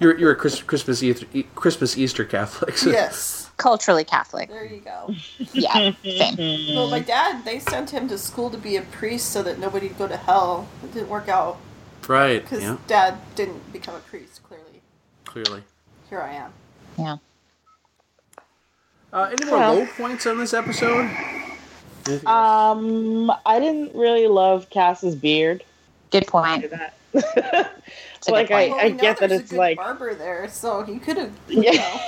[SPEAKER 8] You were, you were Chris, Christmas Easter, E- Christmas Easter Catholic. so-
[SPEAKER 6] yes,
[SPEAKER 5] Culturally Catholic.
[SPEAKER 6] there you go.
[SPEAKER 5] Yeah. Same.
[SPEAKER 6] Well, my dad they sent him to school to be a priest so that nobody'd go to hell. It didn't work out
[SPEAKER 8] Right.
[SPEAKER 6] because
[SPEAKER 8] Yeah.
[SPEAKER 6] dad didn't become a priest. Clearly,
[SPEAKER 8] Clearly.
[SPEAKER 6] here I am.
[SPEAKER 5] Yeah.
[SPEAKER 8] Uh, any more
[SPEAKER 3] Well.
[SPEAKER 8] low points on this episode? Anything else?
[SPEAKER 3] Um, I didn't really love Cass's beard.
[SPEAKER 5] Good point. It's a
[SPEAKER 3] like
[SPEAKER 5] good
[SPEAKER 3] I,
[SPEAKER 5] point.
[SPEAKER 6] Well,
[SPEAKER 3] I
[SPEAKER 6] we know
[SPEAKER 3] get that
[SPEAKER 6] there's a
[SPEAKER 3] it's
[SPEAKER 6] good
[SPEAKER 3] like
[SPEAKER 6] barber there, so he could have.
[SPEAKER 3] Yeah.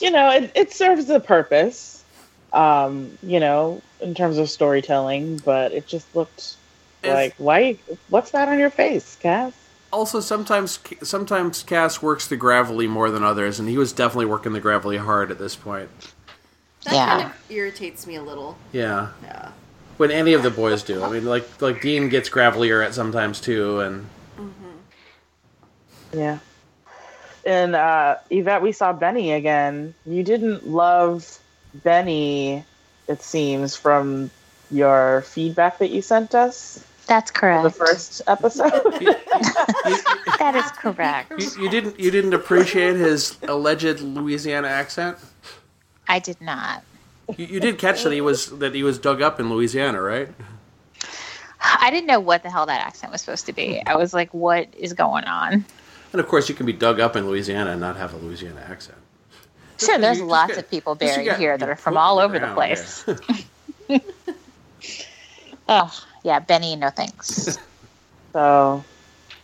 [SPEAKER 3] you know, it, it serves a purpose, um, you know, in terms of storytelling, but it just looked
[SPEAKER 8] If-
[SPEAKER 3] like, why? What's that on your face, Cass?
[SPEAKER 8] also, sometimes sometimes Cass works the gravelly more than others, and he was definitely working the gravelly hard at this point.
[SPEAKER 6] That
[SPEAKER 5] Yeah.
[SPEAKER 6] kind of irritates me a little.
[SPEAKER 8] Yeah.
[SPEAKER 6] Yeah.
[SPEAKER 8] When any of the boys do, I mean, like like Dean gets gravelier at sometimes too, and
[SPEAKER 3] Yeah. And uh, Yvette, we saw Benny again. You didn't love Benny, it seems, from your feedback that you sent us
[SPEAKER 5] That's
[SPEAKER 3] for
[SPEAKER 5] correct.
[SPEAKER 3] the first episode.
[SPEAKER 8] he- he-
[SPEAKER 5] That is correct.
[SPEAKER 8] You, you didn't you didn't appreciate his alleged Louisiana accent.
[SPEAKER 5] I did not.
[SPEAKER 8] You, you did catch that he was that he was dug up in Louisiana, right?
[SPEAKER 5] I didn't know what the hell that accent was supposed to be.
[SPEAKER 8] Hmm.
[SPEAKER 5] I was like, what is going on?
[SPEAKER 8] And of course, you can be dug up in Louisiana and not have a Louisiana accent.
[SPEAKER 5] Sure, there's
[SPEAKER 8] You just
[SPEAKER 5] lots
[SPEAKER 8] got-
[SPEAKER 5] of people
[SPEAKER 8] just you
[SPEAKER 5] buried
[SPEAKER 8] got
[SPEAKER 5] here that
[SPEAKER 8] your
[SPEAKER 5] are from
[SPEAKER 8] foot in
[SPEAKER 5] all
[SPEAKER 8] the
[SPEAKER 5] over the
[SPEAKER 8] ground
[SPEAKER 5] place.
[SPEAKER 8] there.
[SPEAKER 5] Oh, yeah, Benny, no thanks.
[SPEAKER 3] so.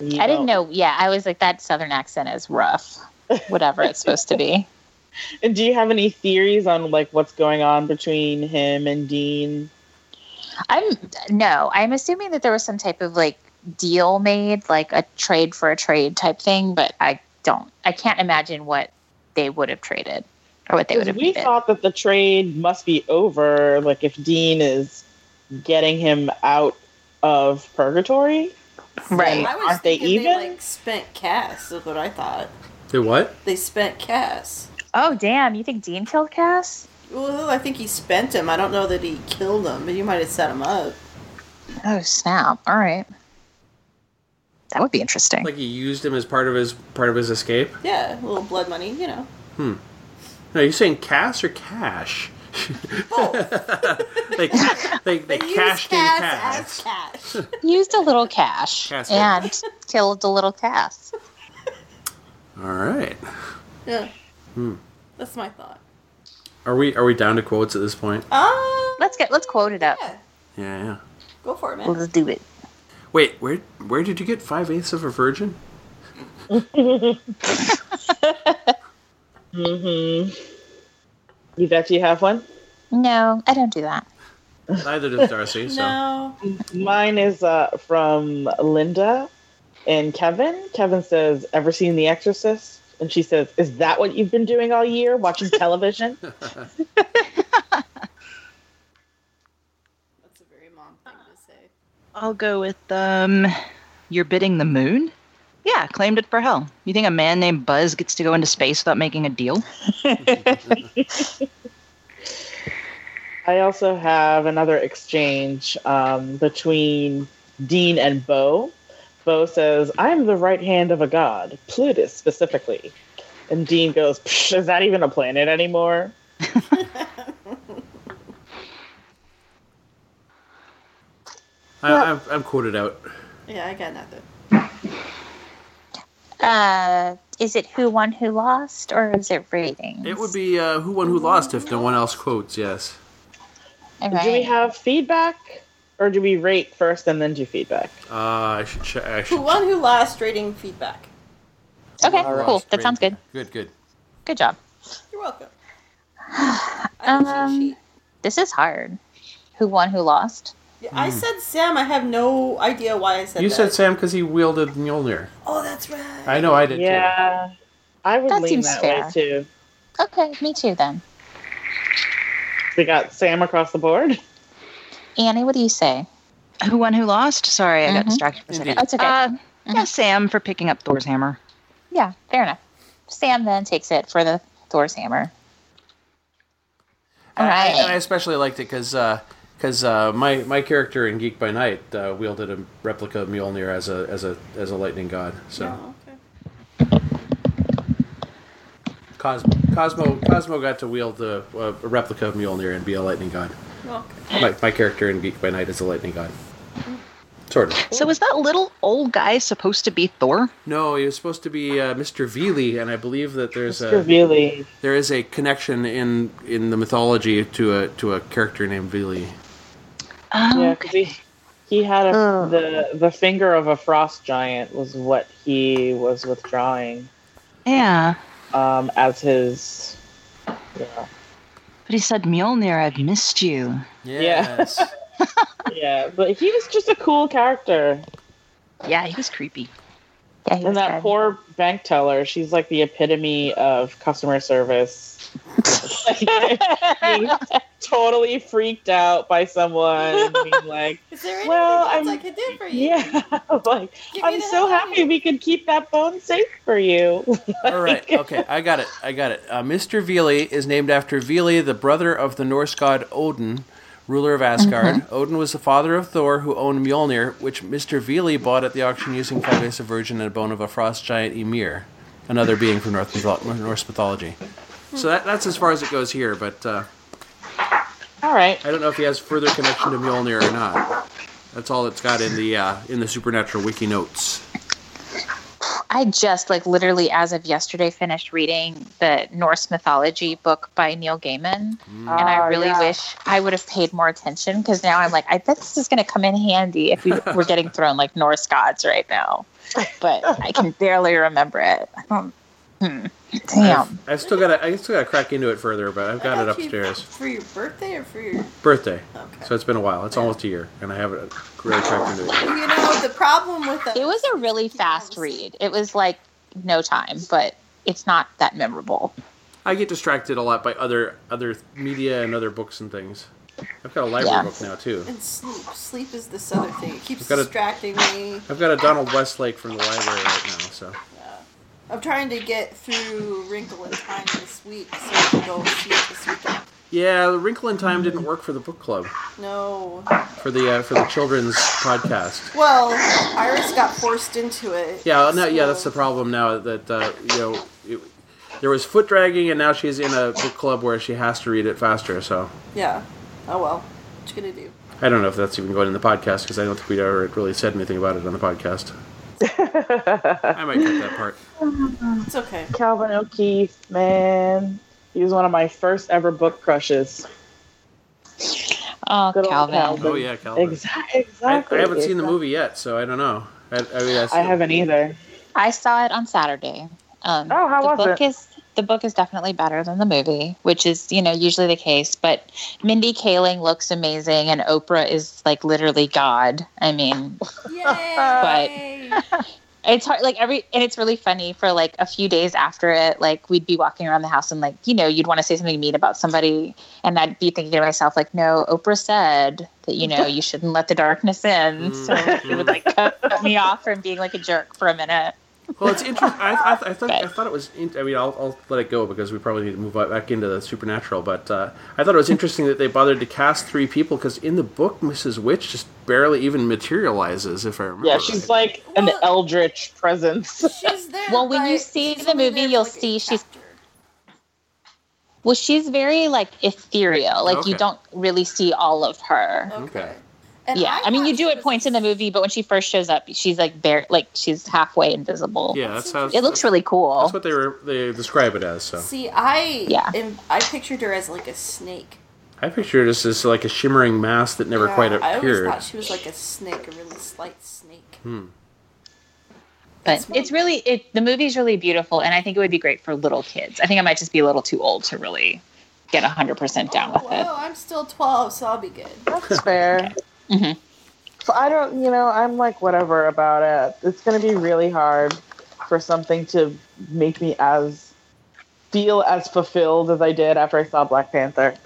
[SPEAKER 5] I didn't know. Yeah, I was like, that southern accent is rough, whatever it's supposed to be.
[SPEAKER 3] And do you have any theories on like what's going on between him and Dean?
[SPEAKER 5] I'm no, I'm assuming that there was some type of like deal made, like a trade for a trade type thing, but I don't, I can't imagine what they would have traded or what they would
[SPEAKER 3] Because
[SPEAKER 5] have
[SPEAKER 3] we
[SPEAKER 5] needed.
[SPEAKER 3] thought that the trade must be over, like if Dean is getting him out of purgatory.
[SPEAKER 5] Right.
[SPEAKER 6] I was
[SPEAKER 3] Aren't they
[SPEAKER 6] thinking
[SPEAKER 3] even?
[SPEAKER 6] like spent Cass. Is what I thought.
[SPEAKER 8] The what?
[SPEAKER 6] They spent Cass.
[SPEAKER 5] Oh, damn. You think Dean killed Cass?
[SPEAKER 6] Well, I think he spent him. I don't know that he killed him, but he might have set him up.
[SPEAKER 5] Oh snap! All right, that would be interesting.
[SPEAKER 8] Like he used him as part of his part of his escape?
[SPEAKER 6] Yeah, a little blood money, you know.
[SPEAKER 8] No, you're saying Cass or Cash?
[SPEAKER 6] Both.
[SPEAKER 8] They they, they
[SPEAKER 6] Use
[SPEAKER 8] cashed in Cass.
[SPEAKER 6] as cash.
[SPEAKER 5] Used a little cash
[SPEAKER 8] Cass
[SPEAKER 5] and killed a little Cass.
[SPEAKER 8] All right.
[SPEAKER 6] yeah.
[SPEAKER 8] Hmm.
[SPEAKER 6] That's my thought.
[SPEAKER 8] Are we are we down to quotes at this point?
[SPEAKER 6] Um,
[SPEAKER 5] Let's get let's quote it up.
[SPEAKER 6] yeah,
[SPEAKER 8] Yeah, yeah.
[SPEAKER 6] go for it, man.
[SPEAKER 5] Let's do it.
[SPEAKER 8] Wait, where where did you get five eighths of a virgin?
[SPEAKER 5] Mm-hmm.
[SPEAKER 3] You bet you have one.
[SPEAKER 5] No, I don't do that.
[SPEAKER 8] Neither does Darcy. So
[SPEAKER 6] No.
[SPEAKER 3] Mine is uh, from Linda and Kevin. Kevin says, "Ever seen The Exorcist?" And she says, Is that what you've been doing all year, watching television?
[SPEAKER 6] That's a very mom thing to say.
[SPEAKER 7] I'll go with um, you're bidding the moon. Yeah, claimed it for hell. You think a man named Buzz gets to go into space without making a deal?
[SPEAKER 3] I also have another exchange um, between Dean and Bo. Bo says, I'm the right hand of a god, Plutus specifically. And Dean goes, "Psh, Is that even a planet anymore?
[SPEAKER 8] I, I've, I'm quoted out.
[SPEAKER 6] Yeah, I got nothing.
[SPEAKER 2] Uh, is it who won, who lost, or is it ratings?
[SPEAKER 8] It would be uh, who won, who lost if no one else quotes. Yes.
[SPEAKER 2] Okay.
[SPEAKER 3] Do we have feedback? Or do we rate first and then do feedback?
[SPEAKER 8] Uh, I should check. I
[SPEAKER 6] The
[SPEAKER 8] should.
[SPEAKER 6] one who lost rating feedback.
[SPEAKER 2] okay,
[SPEAKER 8] All right.
[SPEAKER 2] cool. That sounds good.
[SPEAKER 8] Good, good.
[SPEAKER 2] Good job.
[SPEAKER 6] You're welcome. I have a cheat
[SPEAKER 2] Um,
[SPEAKER 6] sheet.
[SPEAKER 2] This is hard. Who won, who lost?
[SPEAKER 6] Yeah, I said Sam. I have no idea why I said
[SPEAKER 8] You
[SPEAKER 6] that.
[SPEAKER 8] said Sam because he wielded Mjolnir.
[SPEAKER 6] Oh, that's right.
[SPEAKER 8] I know I did too.
[SPEAKER 3] Yeah. I would
[SPEAKER 2] That
[SPEAKER 3] lean
[SPEAKER 2] seems
[SPEAKER 3] that
[SPEAKER 2] fair.
[SPEAKER 3] way too.
[SPEAKER 2] Okay, me too then.
[SPEAKER 3] We got Sam across the board.
[SPEAKER 2] Annie, what do you say?
[SPEAKER 7] Who won? Who lost? Sorry, I got
[SPEAKER 2] Mhm.
[SPEAKER 7] distracted for a second.
[SPEAKER 2] That's okay.
[SPEAKER 7] Uh, Yeah, Sam for picking up Thor's hammer.
[SPEAKER 2] yeah, fair enough. Sam then takes it for the Thor's hammer. All
[SPEAKER 8] And I- and I
[SPEAKER 2] right.
[SPEAKER 8] especially liked it because because uh, my my character in Geek by Night uh, wielded a replica of Mjolnir as a as a as a lightning god. So
[SPEAKER 6] Oh, okay.
[SPEAKER 8] Cosmo Cosmo Cosmo got to wield the uh, a replica of Mjolnir and be a lightning god.
[SPEAKER 6] Well, Oh, okay.
[SPEAKER 8] My, my character in Geek by Night is a lightning god. Mm-hmm. Sort of.
[SPEAKER 7] So was that little old guy supposed to be Thor?
[SPEAKER 8] No, he was supposed to be uh, Mr. Veely, and I believe that there's a
[SPEAKER 3] really.
[SPEAKER 8] there is a connection in in the mythology to a to a character named Veely.
[SPEAKER 7] Oh,
[SPEAKER 3] Yeah, 'cause
[SPEAKER 7] okay.
[SPEAKER 3] he, he had a,
[SPEAKER 2] Oh.
[SPEAKER 3] the the finger of a frost giant was what he was withdrawing
[SPEAKER 7] Yeah,
[SPEAKER 3] um, as his. Yeah,
[SPEAKER 7] but he said Mjolnir, I've missed you.
[SPEAKER 8] Yes.
[SPEAKER 3] yeah, but he was just a cool character.
[SPEAKER 7] Yeah, he was creepy.
[SPEAKER 2] Yeah, he was
[SPEAKER 3] And that
[SPEAKER 2] good.
[SPEAKER 3] poor bank teller, she's like the epitome of customer service. Being totally freaked out by someone being like,
[SPEAKER 6] Is there anything
[SPEAKER 3] Well,
[SPEAKER 6] else
[SPEAKER 3] I'm-
[SPEAKER 6] i could do for you?
[SPEAKER 3] "Yeah, like
[SPEAKER 6] Give me
[SPEAKER 3] I'm
[SPEAKER 6] the
[SPEAKER 3] so
[SPEAKER 6] hell out of
[SPEAKER 3] happy
[SPEAKER 6] here."
[SPEAKER 3] we could keep that bone safe for you."
[SPEAKER 8] All right. Okay. I got it. I got it. Uh, Mr. Veely is named after Veely, the brother of the Norse god Odin, ruler of Asgard. Odin was the father of Thor, who owned Mjolnir, which Mr. Veely bought at the auction using five ace of virgin and a bone of a frost giant Emir, another being from North mytho- Norse mythology. So that, that's as far as it goes here, but uh,
[SPEAKER 3] All right.
[SPEAKER 8] I don't know if he has further connection to Mjolnir or not. That's all it's got in the uh, in the supernatural wiki notes.
[SPEAKER 2] I just like literally as of yesterday finished reading the Norse mythology book by Neil Gaiman, and I really wish I would have paid more attention because now I'm like, I bet this is going to come in handy if we were getting thrown like Norse gods right now, but I can barely remember it. I don't. Hmm. Damn.
[SPEAKER 8] I've, I've still got I still got to crack into it further, but I've got
[SPEAKER 6] I
[SPEAKER 8] it
[SPEAKER 6] you
[SPEAKER 8] upstairs.
[SPEAKER 6] For your birthday or for your.
[SPEAKER 8] birthday.
[SPEAKER 6] Okay.
[SPEAKER 8] So it's been a while. It's almost a year, and I haven't really checked into it.
[SPEAKER 6] You know, the problem with that.
[SPEAKER 2] It was a really fast read. It was like no time, but it's not that memorable.
[SPEAKER 8] I get distracted a lot by other other media and other books and things. I've got a library
[SPEAKER 2] Yeah.
[SPEAKER 8] book now too.
[SPEAKER 6] And sleep. Sleep is this other thing. It keeps
[SPEAKER 8] I've got a-
[SPEAKER 6] distracting me.
[SPEAKER 8] I've got a Donald Westlake from the library right now. So
[SPEAKER 6] I'm trying to get through Wrinkle in Time this week so I can go sleep this weekend.
[SPEAKER 8] yeah, the Wrinkle in Time didn't work for the book club
[SPEAKER 6] No.
[SPEAKER 8] for the uh, for the children's podcast.
[SPEAKER 6] Well, Iris got forced into it.
[SPEAKER 8] Yeah, no, yeah, that's the
[SPEAKER 6] so-
[SPEAKER 8] problem now that uh, you know. It, there was foot dragging, and now she's in a book club where she has to read it faster. So
[SPEAKER 6] Yeah. Oh well. What you gonna do?
[SPEAKER 8] I don't know if that's even going in the podcast because I don't think we ever really said anything about it on the podcast. I might cut that part.
[SPEAKER 6] It's okay.
[SPEAKER 3] Calvin O'Keefe, man, he was one of my first ever book crushes.
[SPEAKER 2] Oh,
[SPEAKER 3] Good old
[SPEAKER 2] Calvin.
[SPEAKER 3] Calvin.
[SPEAKER 8] Oh yeah, Calvin.
[SPEAKER 3] Exa-
[SPEAKER 8] I,
[SPEAKER 3] exactly.
[SPEAKER 8] I haven't seen the
[SPEAKER 3] exactly.
[SPEAKER 8] movie yet, so I don't know. I, I, mean, I,
[SPEAKER 3] I haven't either.
[SPEAKER 2] I saw it on Saturday. Um,
[SPEAKER 3] Oh, how
[SPEAKER 2] the
[SPEAKER 3] was
[SPEAKER 2] book
[SPEAKER 3] it?
[SPEAKER 2] is the book is definitely better than the movie, which is you know usually the case. But Mindy Kaling looks amazing, and
[SPEAKER 3] Uh,
[SPEAKER 2] Oprah is like literally God. I mean,
[SPEAKER 6] Yay!
[SPEAKER 5] it's hard like every and it's really funny for like a few days after it like we'd be walking around the house and like you know you'd want to say something mean about somebody and i'd be thinking to myself like no oprah said that you know you shouldn't let the darkness in so it would like cut me off from being like a jerk for a minute
[SPEAKER 8] Well, it's interesting. I, I, I, thought, I thought it was. In, I mean, I'll, I'll let it go because we probably need to move back into the supernatural. But uh, I thought it was interesting that they bothered to cast three people because in the book, Mrs. Witch just barely even materializes, if I remember.
[SPEAKER 3] Yeah, she's
[SPEAKER 8] right.
[SPEAKER 3] like an
[SPEAKER 6] Well-
[SPEAKER 3] eldritch presence.
[SPEAKER 6] She's there.
[SPEAKER 5] Well, when you
[SPEAKER 6] but
[SPEAKER 5] see
[SPEAKER 6] she's
[SPEAKER 5] the
[SPEAKER 6] only
[SPEAKER 5] movie,
[SPEAKER 6] there for,
[SPEAKER 5] you'll
[SPEAKER 6] like, a
[SPEAKER 5] see she's-
[SPEAKER 6] chapter.
[SPEAKER 5] well she's very like ethereal like you
[SPEAKER 8] Okay.
[SPEAKER 5] don't really see all of her
[SPEAKER 8] Okay.
[SPEAKER 6] And
[SPEAKER 5] yeah i mean
[SPEAKER 6] thought
[SPEAKER 5] you do
[SPEAKER 6] she
[SPEAKER 5] at
[SPEAKER 6] was
[SPEAKER 5] points in the movie but when she first shows up she's like bare like she's halfway invisible
[SPEAKER 8] Yeah, that's how.
[SPEAKER 5] it looks really cool
[SPEAKER 8] That's what they were. They describe it as. So
[SPEAKER 6] See, I
[SPEAKER 5] Yeah.
[SPEAKER 6] am, I pictured her as like a snake.
[SPEAKER 8] I picture this as like a shimmering mass that never
[SPEAKER 6] Yeah,
[SPEAKER 8] quite
[SPEAKER 6] I always
[SPEAKER 8] appeared. Hmm.
[SPEAKER 6] thought she was like a snake, a really slight snake.
[SPEAKER 5] but it's really it the movie's really beautiful and i think it would be great for little kids i think i might just be a little too old to really get 100% down with it
[SPEAKER 6] Well, Oh, I'm still 12, so I'll be good.
[SPEAKER 3] That's fair.
[SPEAKER 5] Mhm.
[SPEAKER 3] So I don't, you know, I'm like whatever about it. It's going to be really hard for something to make me as feel as fulfilled as I did after I saw Black Panther.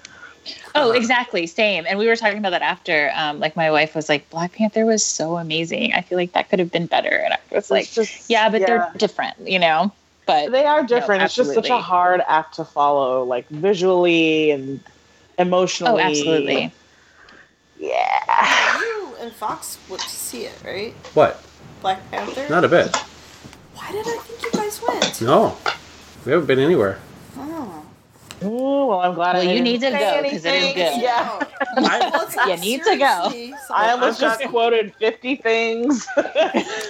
[SPEAKER 5] oh exactly same and we were talking about that after um, like my wife was like black panther was so amazing i feel like that could have been better and i was like
[SPEAKER 3] just
[SPEAKER 5] yeah but they're different you know but
[SPEAKER 3] they are different. it's just such a
[SPEAKER 5] absolutely.
[SPEAKER 3] hard act to follow, like visually and emotionally.
[SPEAKER 5] oh absolutely
[SPEAKER 3] Yeah.
[SPEAKER 6] You and Fox went to see it, right?
[SPEAKER 8] What?
[SPEAKER 6] Black Panther?
[SPEAKER 8] Not a bit.
[SPEAKER 6] Why did I think you guys went?
[SPEAKER 8] No, we haven't been anywhere.
[SPEAKER 6] Oh.
[SPEAKER 3] Ooh, well, I'm glad I
[SPEAKER 5] well
[SPEAKER 3] didn't
[SPEAKER 5] you need to
[SPEAKER 3] say
[SPEAKER 5] go because it is
[SPEAKER 3] anything.
[SPEAKER 5] good
[SPEAKER 3] Yeah.
[SPEAKER 6] Oh.
[SPEAKER 8] I,
[SPEAKER 6] Well, it's not
[SPEAKER 5] You need to go.
[SPEAKER 6] seriously, so-
[SPEAKER 3] I almost
[SPEAKER 8] I've
[SPEAKER 3] just
[SPEAKER 8] got-
[SPEAKER 3] quoted 50 things.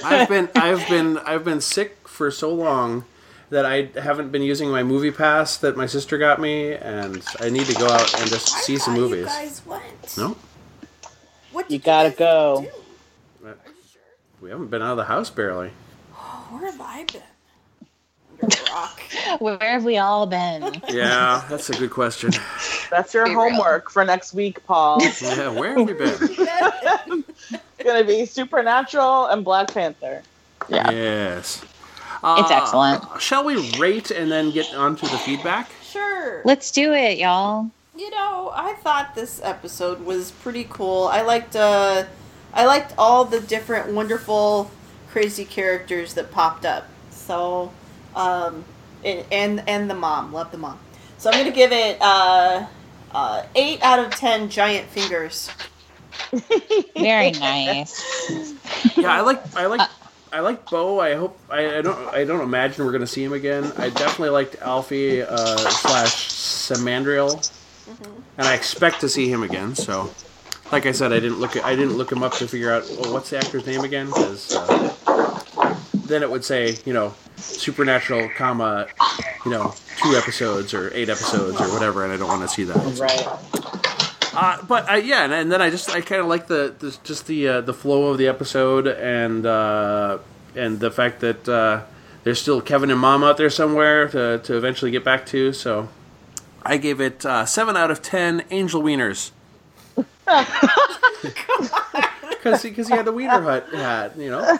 [SPEAKER 8] I've been I've been I've been sick for so long that I haven't been using my movie pass that my sister got me, and I need to go out and just
[SPEAKER 6] I
[SPEAKER 8] see some
[SPEAKER 6] thought
[SPEAKER 8] movies.
[SPEAKER 6] You guys went.
[SPEAKER 8] No,
[SPEAKER 6] What
[SPEAKER 3] You
[SPEAKER 6] did
[SPEAKER 3] gotta
[SPEAKER 6] guys
[SPEAKER 3] go.
[SPEAKER 6] do?
[SPEAKER 8] Right.
[SPEAKER 6] Are you sure?
[SPEAKER 8] we haven't been out of the house barely.
[SPEAKER 6] Oh, where have I been? Under a rock.
[SPEAKER 5] where have we all been
[SPEAKER 8] Yeah, that's a good question.
[SPEAKER 3] That's your
[SPEAKER 5] Be real.
[SPEAKER 3] homework for next week, Paul. it's
[SPEAKER 8] Yeah, where have we been?
[SPEAKER 3] going to be Supernatural and Black Panther.
[SPEAKER 5] Yeah.
[SPEAKER 8] Yes,
[SPEAKER 5] it's
[SPEAKER 1] Ah.
[SPEAKER 5] excellent
[SPEAKER 8] Uh, Shall we rate and then get on to the feedback?
[SPEAKER 6] Sure.
[SPEAKER 5] let's do it y'all
[SPEAKER 6] You know, I thought this episode was pretty cool. I liked uh I liked all the different wonderful crazy characters that popped up. So um and and, and the mom, love the mom. So I'm going to give it uh uh 8 out of 10 giant fingers.
[SPEAKER 5] very nice
[SPEAKER 8] Yeah, I like I like I like Bo. I hope I, I don't I don't imagine we're gonna see him again. I definitely liked Alfie uh, slash Samandriel, and I expect to see him again. So, like I said, I didn't look I didn't look him up to figure out well, what's the actor's name again because uh, then it would say you know supernatural comma you know two episodes or eight episodes or whatever, and I don't want to see that.
[SPEAKER 3] Right.
[SPEAKER 8] Uh, but I, yeah, and, and then I just I kind of like the, the just the uh, the flow of the episode and uh, and the fact that uh, there's still Kevin and Mom out there somewhere to, to eventually get back to. So I gave it uh, seven out of ten angel wieners. Because he, 'cause he had the wiener hut hat, you know.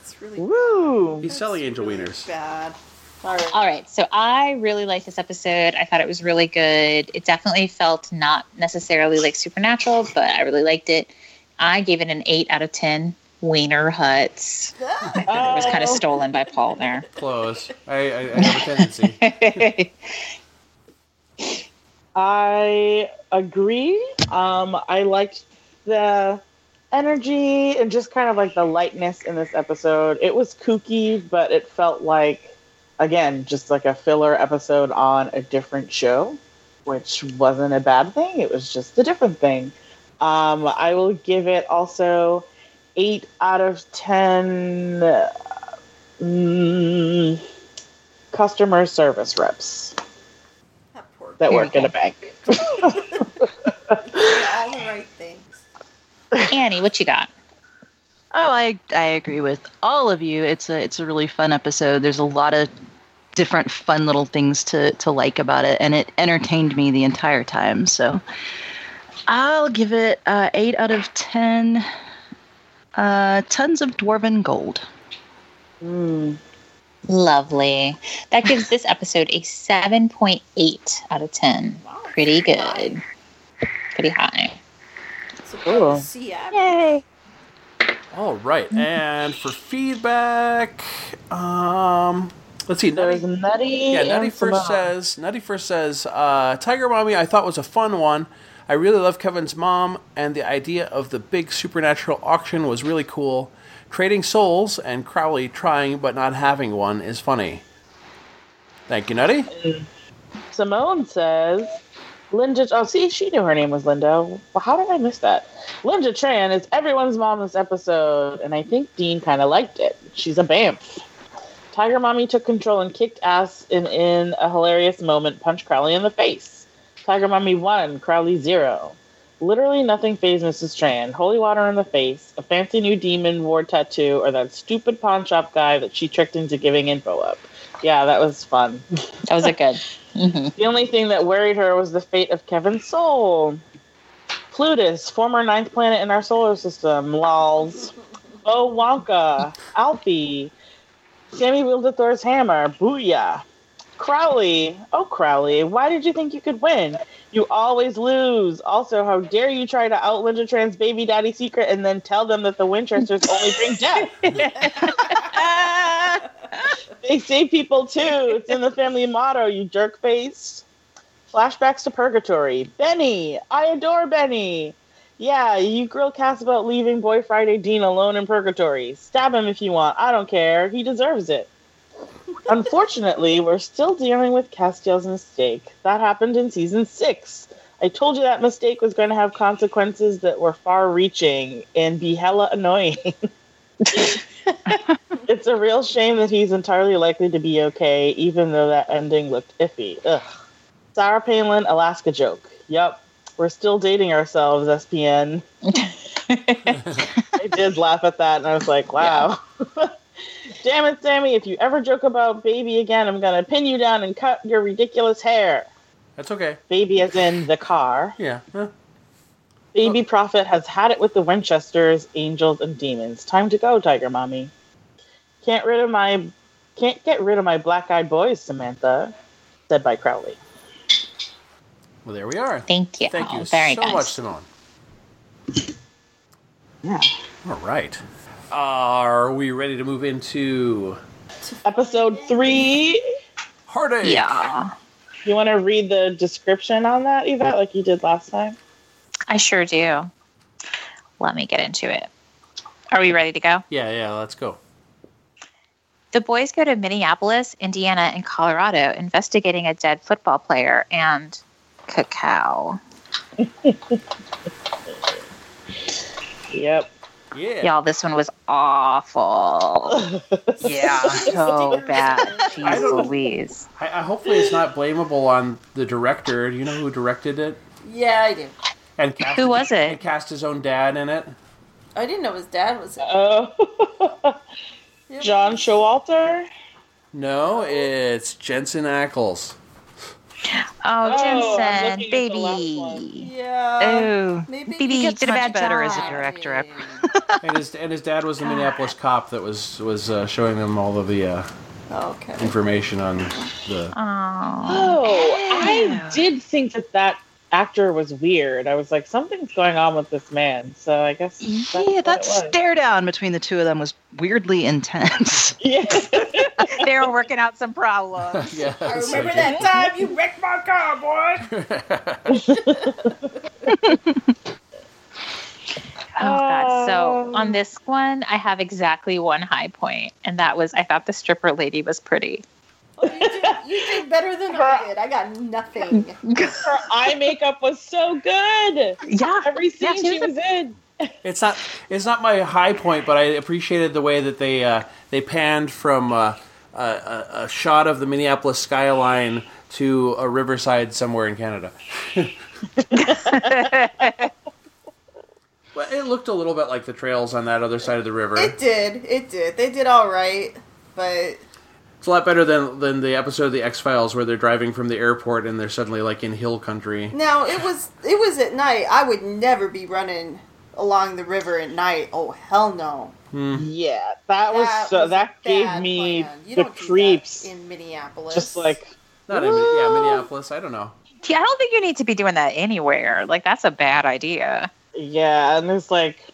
[SPEAKER 6] It's really
[SPEAKER 3] Woo.
[SPEAKER 8] He's selling
[SPEAKER 6] it's
[SPEAKER 8] angel
[SPEAKER 6] really
[SPEAKER 8] wieners.
[SPEAKER 6] Bad. All right.
[SPEAKER 5] All right. So I really liked this episode. I thought it was really good. It definitely felt not necessarily like supernatural, but I really liked it. I gave it an 8 out of 10 wiener huts. I thought it was
[SPEAKER 3] Uh,
[SPEAKER 5] kind of stolen by Paul there.
[SPEAKER 8] Close. I, I, I have a tendency.
[SPEAKER 3] I agree. Um, I liked the energy and just kind of like the lightness in this episode. It was kooky, but it felt like, again, just like a filler episode on a different show, which wasn't a bad thing. It was just a different thing. Um, I will give it also eight out of ten uh, mm, customer service reps
[SPEAKER 6] That poor
[SPEAKER 3] that
[SPEAKER 5] There
[SPEAKER 3] work
[SPEAKER 5] you
[SPEAKER 3] in
[SPEAKER 5] go.
[SPEAKER 3] a bank.
[SPEAKER 6] girl, all the right things.
[SPEAKER 5] Annie, what you got?
[SPEAKER 7] Oh, I I agree with all of you. It's a it's a really fun episode. There's a lot of different fun little things to to like about it, and it entertained me the entire time. So I'll give it uh, eight out of ten uh, tons of dwarven gold.
[SPEAKER 3] Mm.
[SPEAKER 5] Lovely. That gives this episode a 7.8 out of 10. Pretty good. Pretty high.
[SPEAKER 6] It's a
[SPEAKER 3] Cool.
[SPEAKER 6] C app.
[SPEAKER 5] Yay.
[SPEAKER 1] All right, and for feedback, um, let's see.
[SPEAKER 3] There's
[SPEAKER 1] Nutty,
[SPEAKER 3] Nutty.
[SPEAKER 1] yeah, Nutty
[SPEAKER 3] and
[SPEAKER 1] first
[SPEAKER 3] Simone.
[SPEAKER 1] says. Nutty first says. Uh, Tiger Mommy, I thought was a fun one. I really love Kevin's mom, and the idea of the big supernatural auction was really cool. Trading souls and Crowley trying but not having one is funny. Thank you, Nutty.
[SPEAKER 3] Simone says, Linda. Oh, see, she knew her name was Linda. Well, how did I miss that? Linda Tran is everyone's mom this episode, and I think Dean kind of liked it. She's a BAMF. Tiger Mommy took control and kicked ass, and in a hilarious moment, punched Crowley in the face. Tiger Mommy one, Crowley zero. Literally nothing phased Mrs. Tran. Holy water in the face, a fancy new demon war tattoo, or that stupid pawn shop guy that she tricked into giving info up. Yeah, that was fun.
[SPEAKER 5] That was a good. hmm
[SPEAKER 3] The only thing that worried her was the fate of Kevin's soul. Plutus, former ninth planet in our solar system, lols. Bo Wonka, Alfie, Sammy wielded Thor's hammer, booyah. Crowley, oh Crowley, why did you think you could win? You always lose. Also, how dare you try to out Linda Tran's baby daddy secret and then tell them that the Winchesters only bring death? They save people too. It's in the family motto, you jerk face. Flashbacks to purgatory. Benny, I adore Benny. Yeah, you grill Cass about leaving Boy Friday Dean alone in purgatory. Stab him if you want. I don't care. He deserves it. Unfortunately, we're still dealing with Castiel's mistake. That happened in season six. I told you that mistake was going to have consequences that were far reaching and be hella annoying. It's a real shame that he's entirely likely to be okay, even though that ending looked iffy. Ugh. Sarah Palin, Alaska joke. Yup. We're still dating ourselves, SPN. I did laugh at that and I was like, wow. Damn it, Sammy, if you ever joke about baby again, I'm going to pin you down and cut your ridiculous hair.
[SPEAKER 1] That's okay.
[SPEAKER 3] Baby as in the car.
[SPEAKER 1] Yeah. Huh.
[SPEAKER 3] Baby Prophet has had it with the Winchesters, angels, and demons. Time to go, Tiger Mommy. Can't rid of my can't get rid of my black eyed boys, Samantha, said by Crowley.
[SPEAKER 1] Well, there we are.
[SPEAKER 5] Thank you.
[SPEAKER 1] Thank you
[SPEAKER 5] Very
[SPEAKER 1] so
[SPEAKER 5] good.
[SPEAKER 1] much, Simone.
[SPEAKER 3] Yeah.
[SPEAKER 1] All right. Are we ready to move into
[SPEAKER 3] Episode three.
[SPEAKER 1] heartache?
[SPEAKER 5] Yeah.
[SPEAKER 3] You wanna read the description on that, Yvette, like you did last time?
[SPEAKER 5] I sure do. Let me get into it. Are we ready to go?
[SPEAKER 1] Yeah, yeah, let's go.
[SPEAKER 5] The boys go to Minneapolis, Indiana, and Colorado investigating a dead football player and cacao.
[SPEAKER 3] Yep.
[SPEAKER 1] Yeah.
[SPEAKER 5] Y'all, this one was awful. yeah, so bad.
[SPEAKER 1] I
[SPEAKER 5] Jeez
[SPEAKER 1] don't-
[SPEAKER 5] Louise.
[SPEAKER 1] I, I, hopefully, it's not blamable on the director. Do you know who directed it?
[SPEAKER 6] Yeah, I do.
[SPEAKER 1] And cast,
[SPEAKER 5] Who was it?
[SPEAKER 1] And cast his own dad in it.
[SPEAKER 6] I didn't know his dad was.
[SPEAKER 3] Oh John Showalter?
[SPEAKER 1] No, it's Jensen Ackles.
[SPEAKER 5] Oh,
[SPEAKER 3] Oh, I'm
[SPEAKER 5] Jensen,
[SPEAKER 3] looking at the last
[SPEAKER 5] baby.
[SPEAKER 6] Yeah.
[SPEAKER 7] Oh,
[SPEAKER 6] Maybe
[SPEAKER 5] Phoebe,
[SPEAKER 6] he
[SPEAKER 5] you
[SPEAKER 6] gets
[SPEAKER 5] did a bad
[SPEAKER 7] much better
[SPEAKER 5] job.
[SPEAKER 7] as a director. I-
[SPEAKER 1] and his and his dad was the Minneapolis cop that was was uh, showing them all of the uh,
[SPEAKER 6] okay.
[SPEAKER 1] information on the.
[SPEAKER 5] Oh,
[SPEAKER 3] Oh, I did think that that actor was weird. I was like, something's going on with this man. So I guess that's
[SPEAKER 7] yeah,
[SPEAKER 3] what
[SPEAKER 7] that
[SPEAKER 3] it was.
[SPEAKER 7] stare down between the two of them was weirdly intense.
[SPEAKER 3] Yeah.
[SPEAKER 5] they were working out some problems.
[SPEAKER 1] Yeah,
[SPEAKER 6] I
[SPEAKER 1] so
[SPEAKER 6] remember
[SPEAKER 1] good.
[SPEAKER 6] that time you wrecked my car, boy.
[SPEAKER 5] Oh god. So
[SPEAKER 3] Um,
[SPEAKER 5] on this one, I have exactly one high point, and that was I thought the stripper lady was pretty.
[SPEAKER 6] Oh, you, did, you did better than I did. I got nothing.
[SPEAKER 3] Her eye makeup was so good.
[SPEAKER 5] Yeah.
[SPEAKER 3] Every scene
[SPEAKER 5] Yeah,
[SPEAKER 3] she,
[SPEAKER 5] she was a-
[SPEAKER 3] was in.
[SPEAKER 1] It's not it's not my high point, but I appreciated the way that they uh, they panned from uh, a, a, a shot of the Minneapolis skyline to a riverside somewhere in Canada. well, it looked a little bit like the trails on that other side of the river.
[SPEAKER 6] It
[SPEAKER 1] It's
[SPEAKER 6] did. It did. They did all right, but
[SPEAKER 1] a lot better than than the episode of the X Files where they're driving from the airport and they're suddenly like in hill country.
[SPEAKER 6] now it was it was at night. I would never be running along the river at night. Oh hell no!
[SPEAKER 3] Yeah, that was so.
[SPEAKER 6] was a
[SPEAKER 3] that gave
[SPEAKER 6] bad
[SPEAKER 3] me
[SPEAKER 6] plan. You
[SPEAKER 3] the
[SPEAKER 6] don't do that
[SPEAKER 3] creeps.
[SPEAKER 6] in Minneapolis.
[SPEAKER 3] Just like
[SPEAKER 8] Not in Min- yeah, Minneapolis. I don't know.
[SPEAKER 5] Yeah, I don't think you need to be doing that anywhere. Like that's a bad idea.
[SPEAKER 3] yeah, and it's like,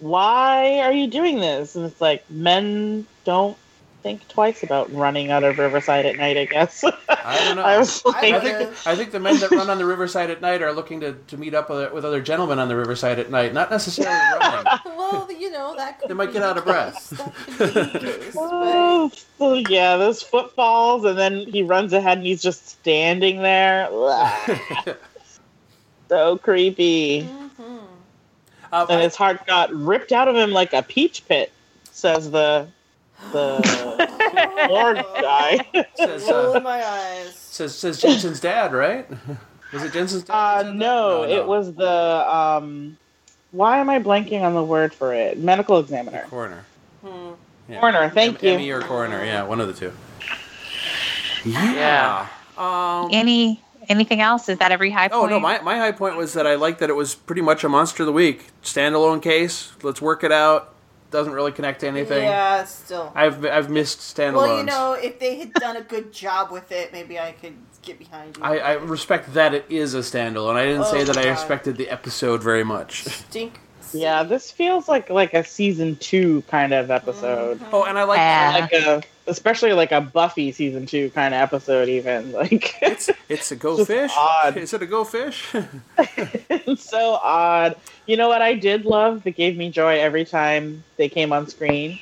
[SPEAKER 3] why are you doing this? And it's like men don't think twice about running out of Riverside at night. I guess
[SPEAKER 8] I don't know.
[SPEAKER 3] I was
[SPEAKER 8] I
[SPEAKER 3] like,
[SPEAKER 8] think I think the men that run on the riverside at night are looking to, to meet up with, with other gentlemen on the riverside at night, not necessarily running.
[SPEAKER 6] well, you know that. Could
[SPEAKER 8] They might
[SPEAKER 6] be
[SPEAKER 8] get out of
[SPEAKER 6] the
[SPEAKER 8] breath.
[SPEAKER 6] case. That could be the case, but-
[SPEAKER 3] oh, so, yeah, those footfalls, and then he runs ahead and he's just standing there. Ugh, so creepy.
[SPEAKER 8] Mm-hmm.
[SPEAKER 6] Mhm.
[SPEAKER 8] Uh,
[SPEAKER 3] and his heart got ripped out of him like a peach pit, says the the Lord guy.
[SPEAKER 8] says,
[SPEAKER 6] Roll
[SPEAKER 8] uh,
[SPEAKER 6] in my eyes.
[SPEAKER 8] says says Jensen's dad, right? Was it Jensen's dad?
[SPEAKER 3] Uh, no,
[SPEAKER 8] No, no.
[SPEAKER 3] it was the um. Why am I blanking on the word for it? Medical examiner,
[SPEAKER 8] Coroner.
[SPEAKER 6] Hmm.
[SPEAKER 8] Yeah.
[SPEAKER 3] coroner. Thank
[SPEAKER 8] Emmy
[SPEAKER 3] you.
[SPEAKER 8] or coroner? Yeah, one of the two. Yeah. Um,
[SPEAKER 5] Any anything else? Is that every high
[SPEAKER 8] oh
[SPEAKER 5] point?
[SPEAKER 8] no, my, my high point was that I liked that it was pretty much a monster of the week standalone case. Let's work it out. Doesn't really connect to anything.
[SPEAKER 6] Yeah, still.
[SPEAKER 8] I've I've missed standalones.
[SPEAKER 6] Well, you know, if they had done a good job with it, maybe I could get behind you.
[SPEAKER 8] I, I respect that it is a standalone. I didn't
[SPEAKER 6] Oh,
[SPEAKER 8] say that I
[SPEAKER 6] God.
[SPEAKER 8] expected the episode very much.
[SPEAKER 6] Stink.
[SPEAKER 3] Yeah, this feels like like a season two kind of episode,
[SPEAKER 8] Oh, and I like
[SPEAKER 5] Yeah.
[SPEAKER 3] like a especially like a Buffy season two kind of episode. Even like
[SPEAKER 8] it's it's a go
[SPEAKER 3] Just
[SPEAKER 8] fish.
[SPEAKER 3] odd.
[SPEAKER 8] Is it a go fish?
[SPEAKER 3] It's so odd. You know what I did love that gave me joy every time they came on screen?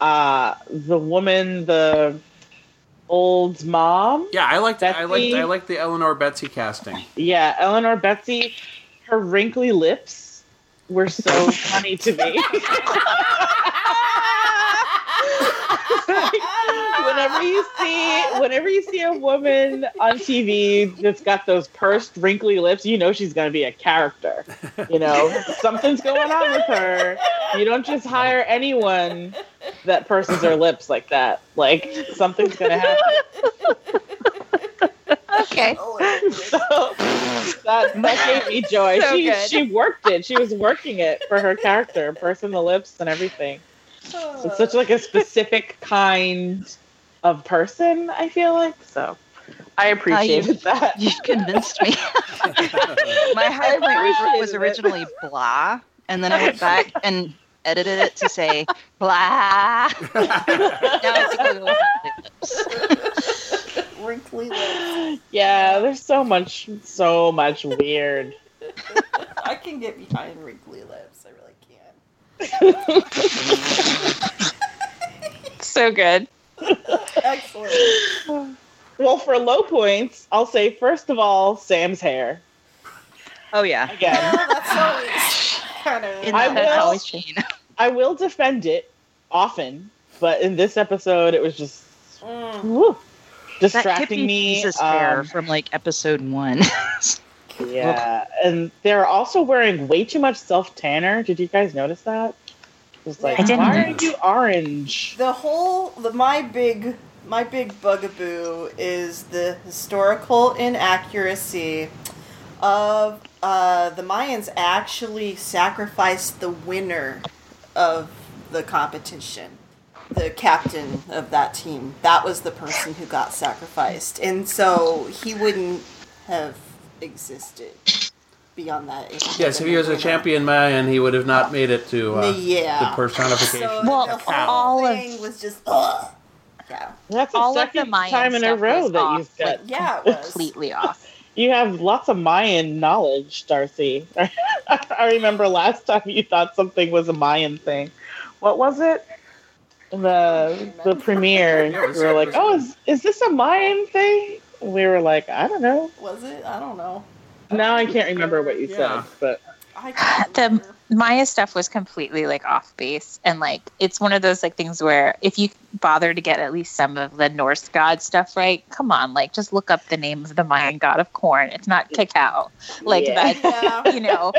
[SPEAKER 3] Uh the woman, the old mom.
[SPEAKER 8] yeah, I liked I liked
[SPEAKER 3] Betsy.
[SPEAKER 8] I liked the Eleanor Betsy casting.
[SPEAKER 3] Yeah, Eleanor Betsy, her wrinkly lips were so funny to me. whenever you see whenever you see a woman on TV that's got those pursed, wrinkly lips, you know she's gonna be a character. You know, something's going on with her. You don't just hire anyone that purses their lips like that. Like something's gonna happen.
[SPEAKER 5] okay.
[SPEAKER 6] Oh,
[SPEAKER 3] So that, that gave me joy.
[SPEAKER 5] So
[SPEAKER 3] she
[SPEAKER 5] good.
[SPEAKER 3] she worked it. She was working it for her character, pursing the lips and everything. It's such like a specific kind of person. I feel like so. I appreciated that.
[SPEAKER 7] You've convinced me. My high point was-
[SPEAKER 3] appreciated
[SPEAKER 7] was
[SPEAKER 3] it.
[SPEAKER 7] originally blah, and then I went back and edited it to say blah. Now it's glue.
[SPEAKER 6] Wrinkly lips.
[SPEAKER 3] Yeah, there's so much, so much weird.
[SPEAKER 6] I can get behind wrinkly lips. I really can.
[SPEAKER 5] So good.
[SPEAKER 6] Excellent.
[SPEAKER 3] Well, for low points, I'll say first of all, Sam's hair
[SPEAKER 7] Oh yeah.
[SPEAKER 3] again.
[SPEAKER 6] Well, that's always kind of.
[SPEAKER 7] In
[SPEAKER 3] I
[SPEAKER 7] the
[SPEAKER 3] will-
[SPEAKER 7] always change.
[SPEAKER 3] I will defend it often, but in this episode, it was just
[SPEAKER 6] Mm.
[SPEAKER 3] woo,
[SPEAKER 7] That could
[SPEAKER 3] distracting
[SPEAKER 7] be
[SPEAKER 3] me.
[SPEAKER 7] Jesus
[SPEAKER 3] um,
[SPEAKER 7] hair from like episode one.
[SPEAKER 3] Yeah, and they're also wearing way too much self tanner. Did you guys notice that? It's like,
[SPEAKER 6] I
[SPEAKER 5] didn't.
[SPEAKER 3] why are you orange?
[SPEAKER 6] the whole the, my big my big bugaboo is the historical inaccuracy of uh, the Mayans actually sacrificed the winner of the competition. The captain of that team. That was the person who got sacrificed. And so he wouldn't have existed beyond that. if he
[SPEAKER 8] Yes, if
[SPEAKER 6] had
[SPEAKER 8] he
[SPEAKER 6] been
[SPEAKER 8] was a
[SPEAKER 6] winner.
[SPEAKER 8] champion Mayan, he would have not made it to uh,
[SPEAKER 6] Yeah.
[SPEAKER 8] the personification.
[SPEAKER 6] So
[SPEAKER 5] Well,
[SPEAKER 6] the whole
[SPEAKER 5] all of-
[SPEAKER 6] thing was just. Ugh. Yeah.
[SPEAKER 3] That's the
[SPEAKER 5] all of the
[SPEAKER 3] second
[SPEAKER 5] Mayan
[SPEAKER 3] time in a
[SPEAKER 5] stuff
[SPEAKER 3] row
[SPEAKER 5] was
[SPEAKER 3] that
[SPEAKER 5] off,
[SPEAKER 3] you've got.
[SPEAKER 6] Yeah, it was.
[SPEAKER 5] Completely off.
[SPEAKER 3] You have lots of Mayan knowledge, Darcy. I remember last time you thought something was a Mayan thing. What was it? The the premiere.
[SPEAKER 8] Yeah, it was-
[SPEAKER 3] we were like,
[SPEAKER 8] it was-
[SPEAKER 3] oh, is, is this a Mayan thing? We were like, I don't know.
[SPEAKER 6] Was it? I don't know.
[SPEAKER 3] Now I can't remember what you
[SPEAKER 8] Yeah.
[SPEAKER 3] said, but
[SPEAKER 6] I can't
[SPEAKER 5] The-
[SPEAKER 6] remember.
[SPEAKER 5] Maya stuff was completely like off base, and like it's one of those like things where if you bother to get at least some of the Norse god stuff right, come on, like just look up the name of the Mayan god of corn. It's not cacao, like
[SPEAKER 3] Yeah.
[SPEAKER 5] that.
[SPEAKER 6] yeah.
[SPEAKER 5] You know,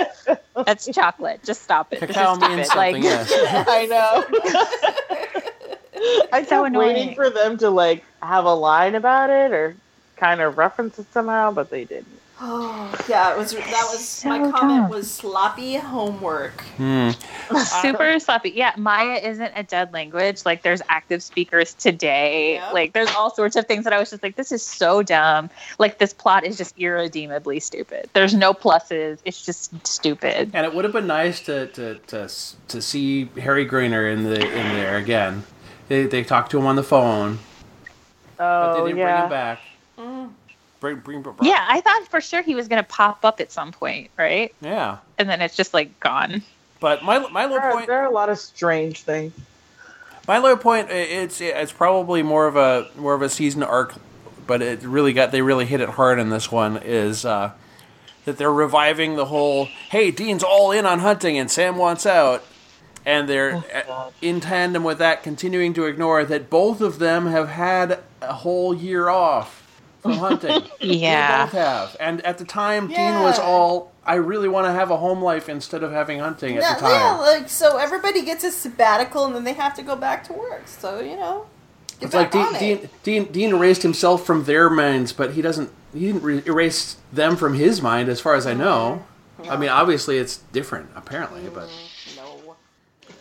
[SPEAKER 5] that's chocolate. Just stop it. This is
[SPEAKER 8] Cacao
[SPEAKER 5] stupid.
[SPEAKER 8] means something
[SPEAKER 5] Like,
[SPEAKER 8] else.
[SPEAKER 3] I know. I
[SPEAKER 5] So
[SPEAKER 3] kept
[SPEAKER 5] annoying.
[SPEAKER 3] waiting for them to like have a line about it or kind of reference it somehow, but they didn't.
[SPEAKER 6] Oh yeah, it was that was my
[SPEAKER 2] So
[SPEAKER 6] comment
[SPEAKER 2] dumb.
[SPEAKER 6] was sloppy homework.
[SPEAKER 2] super sloppy. Yeah, Maya isn't a dead language. Like there's active speakers today.
[SPEAKER 6] Yep.
[SPEAKER 2] Like there's all sorts of things that I was just like, this is so dumb. Like this plot is just irredeemably stupid. There's no pluses. It's just stupid.
[SPEAKER 1] And it would have been nice to to, to, s- to see Harry Greener in the in there again. They, they talked to him on the phone, but they
[SPEAKER 5] Oh
[SPEAKER 1] didn't bring him
[SPEAKER 5] yeah.
[SPEAKER 1] back. Mm. Bring bring him back.
[SPEAKER 2] Yeah, I thought for sure he was gonna pop up at some point, right?
[SPEAKER 1] yeah.
[SPEAKER 2] And then it's just like gone.
[SPEAKER 1] But my my low
[SPEAKER 5] There are,
[SPEAKER 1] point
[SPEAKER 5] there are a lot of strange things.
[SPEAKER 1] my low point i- it's it's probably more of a more of a season arc, but it really got they really hit it hard in this one is uh, that they're reviving the whole hey Dean's all in on hunting and Sam wants out, and
[SPEAKER 6] Oh,
[SPEAKER 1] they're uh in tandem with that continuing to ignore that both of them have had a whole year off from hunting. They both have. And at the time, Dean was
[SPEAKER 6] Yeah.
[SPEAKER 1] all, I really want to have a home life instead of having hunting at
[SPEAKER 6] Yeah,
[SPEAKER 1] the
[SPEAKER 6] yeah,
[SPEAKER 1] time.
[SPEAKER 6] like so everybody gets a sabbatical and then they have to go back to work. So you know, get
[SPEAKER 1] It's like
[SPEAKER 6] back
[SPEAKER 1] Dean,
[SPEAKER 6] on it.
[SPEAKER 1] Dean, Dean, Dean erased himself from their minds, but he doesn't. He didn't re- erase them from his mind, as far as I know.
[SPEAKER 6] Mm-hmm.
[SPEAKER 1] I mean, obviously, it's different, apparently, but
[SPEAKER 6] No.